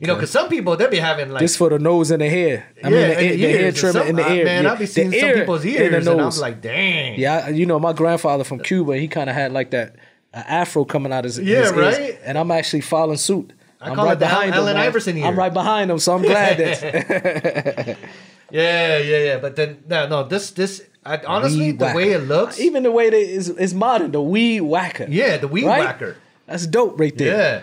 S1: you know, because some people they'll be having like
S2: This for the nose and the hair. I
S1: yeah,
S2: mean, the,
S1: and
S2: ear, the hair
S1: ears.
S2: trimmer
S1: Some-
S2: and the
S1: I-
S2: ear.
S1: Man,
S2: yeah.
S1: I'll be seeing
S2: the
S1: some
S2: ear
S1: people's
S2: and the
S1: ears, and, I'm
S2: nose.
S1: like, dang.
S2: Yeah, I- you know, my grandfather from Cuba, he kind of had like that uh, afro coming out his,
S1: Yeah,
S2: his ears,
S1: right?
S2: and I'm actually following suit. I am
S1: call it the Al- Allen
S2: man.
S1: Iverson ear.
S2: I'm right behind him, so I'm glad that
S1: yeah, yeah, yeah. But then no, no. This, this. I, (laughs) honestly,
S2: Weed
S1: the
S2: whacker.
S1: way it looks.
S2: even the way that is is modern, the weed whacker.
S1: yeah, the weed
S2: Right?
S1: whacker.
S2: that's dope right
S1: Yeah,
S2: there.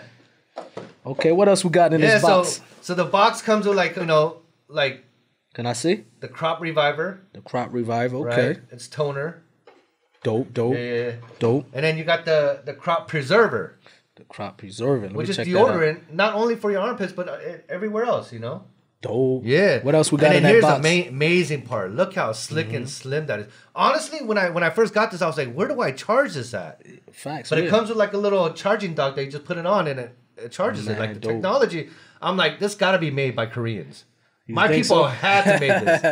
S2: Okay, what else we got in
S1: yeah.
S2: this
S1: So,
S2: box?
S1: so the box comes with like you know, like
S2: Can I see
S1: the crop reviver,
S2: the crop revive? Okay,
S1: right? It's toner.
S2: dope, dope,
S1: Yeah, yeah, yeah.
S2: dope.
S1: And then you got the the crop preserver,
S2: The crop preserving, Let me
S1: which is
S2: check that out.
S1: deodorant, not only for your armpits but uh, e- everywhere else. You know.
S2: Dope.
S1: Yeah.
S2: What else we got
S1: and
S2: in
S1: then
S2: that
S1: here's
S2: box? Mm-hmm.
S1: the ma- amazing part. Look how slick and slim that is. Honestly, when I when I first got this, I was like, where do I charge this at?
S2: Facts.
S1: But
S2: yeah.
S1: it comes with like a little charging dock that you just put it on and it, it charges it. Like
S2: Man,
S1: the
S2: dope.
S1: technology, I'm like, this got to be made by Koreans. my
S2: think
S1: people
S2: so?
S1: had to make
S2: (laughs)
S1: this.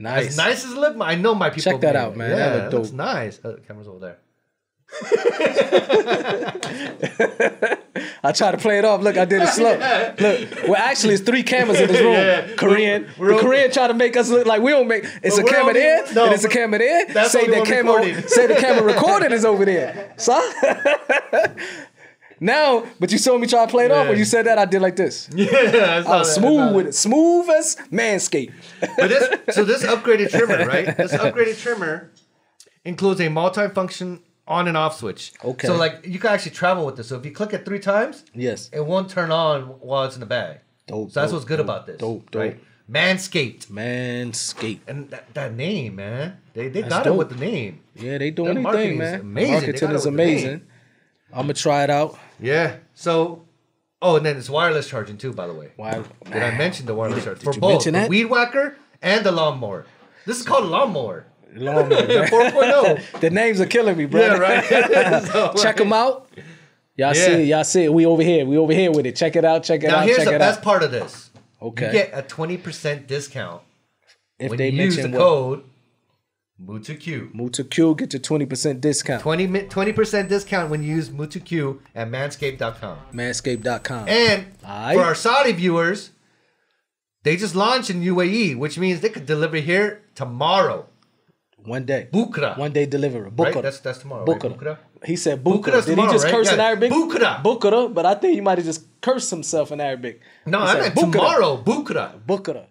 S2: nice.
S1: as nice as it looked, I know my people.
S2: Check that
S1: made
S2: out,
S1: it.
S2: man.
S1: Yeah,
S2: That
S1: it
S2: look
S1: looks
S2: dope.
S1: nice. Oh, the camera's over there. (laughs)
S2: I try to play it off. Look, I did it
S1: (laughs)
S2: slow. Look, well, actually, it's three cameras in this room. Korean,
S1: we're
S2: the
S1: only-
S2: Korean try to make us look like we don't make. It's
S1: But
S2: a
S1: we're
S2: camera
S1: only-
S2: there,
S1: no,
S2: and it's a
S1: but
S2: camera there.
S1: that's
S2: Say
S1: only
S2: the
S1: one
S2: camera,
S1: recording.
S2: (laughs) say the camera recording is
S1: (laughs)
S2: over there. So (laughs) now, but you saw me try to play it off. When
S1: Yeah.
S2: you said that, I did like this.
S1: Yeah, I saw
S2: I
S1: that, I
S2: was
S1: saw
S2: smooth
S1: that.
S2: with it, smooth as Manscaped.
S1: But this, so this upgraded trimmer, right? This upgraded trimmer includes a multi-function on and off switch.
S2: Okay.
S1: So like you can actually travel with this. So if you click it three times,
S2: Yes.
S1: it won't turn on while it's in the bag.
S2: Dope,
S1: So that's
S2: dope,
S1: what's good
S2: dope,
S1: about this.
S2: dope, dope.
S1: Manscaped.
S2: Manscaped.
S1: And that, that name, man. They they
S2: That's
S1: got
S2: dope.
S1: it with the name.
S2: Yeah,
S1: Their
S2: they doing
S1: marketing
S2: anything,
S1: is
S2: man.
S1: amazing. They
S2: Marketing
S1: got it with
S2: is
S1: the name.
S2: amazing. I'm gonna try it out.
S1: Yeah. So oh and then it's wireless charging too, by the way.
S2: Why?
S1: Did I mention the wireless charging? For
S2: you
S1: both
S2: mention
S1: the
S2: that?
S1: weed whacker and the lawnmower. This is called a lawnmower. (laughs)
S2: Long man.
S1: 4.0.
S2: The names are killing me,
S1: (laughs)
S2: bro.
S1: Yeah, right. So,
S2: (laughs) Check them out. Y'all see it. Y'all see it. We over here. We over here with it. Check it out. Check it
S1: Now
S2: out.
S1: here's
S2: check
S1: the
S2: it
S1: best
S2: out.
S1: part of this.
S2: Okay.
S1: You get a 20% discount
S2: if
S1: when
S2: they
S1: you use the
S2: mention what
S1: code MUTUQ.
S2: Mutuq, get your twenty percent discount.
S1: 20 mi- 20% discount when you use MUTUQ at manscaped.com.
S2: Manscaped.com.
S1: And
S2: Aight.
S1: for our Saudi viewers, they just launched in UAE, which means they could deliver here tomorrow.
S2: One day.
S1: Bukra.
S2: One day delivery.
S1: right?
S2: Bukra.
S1: That's that's tomorrow. right?
S2: Bukra.
S1: Bukra.
S2: He said Bukra.
S1: Bukra's
S2: Did he
S1: tomorrow,
S2: just
S1: right?
S2: curse in
S1: Yeah.
S2: Arabic?
S1: Bukra.
S2: Bukra. But I think he might have just cursed himself in Arabic.
S1: No,
S2: He
S1: I
S2: said
S1: meant
S2: Bukra.
S1: tomorrow. Bukra.
S2: Bukra.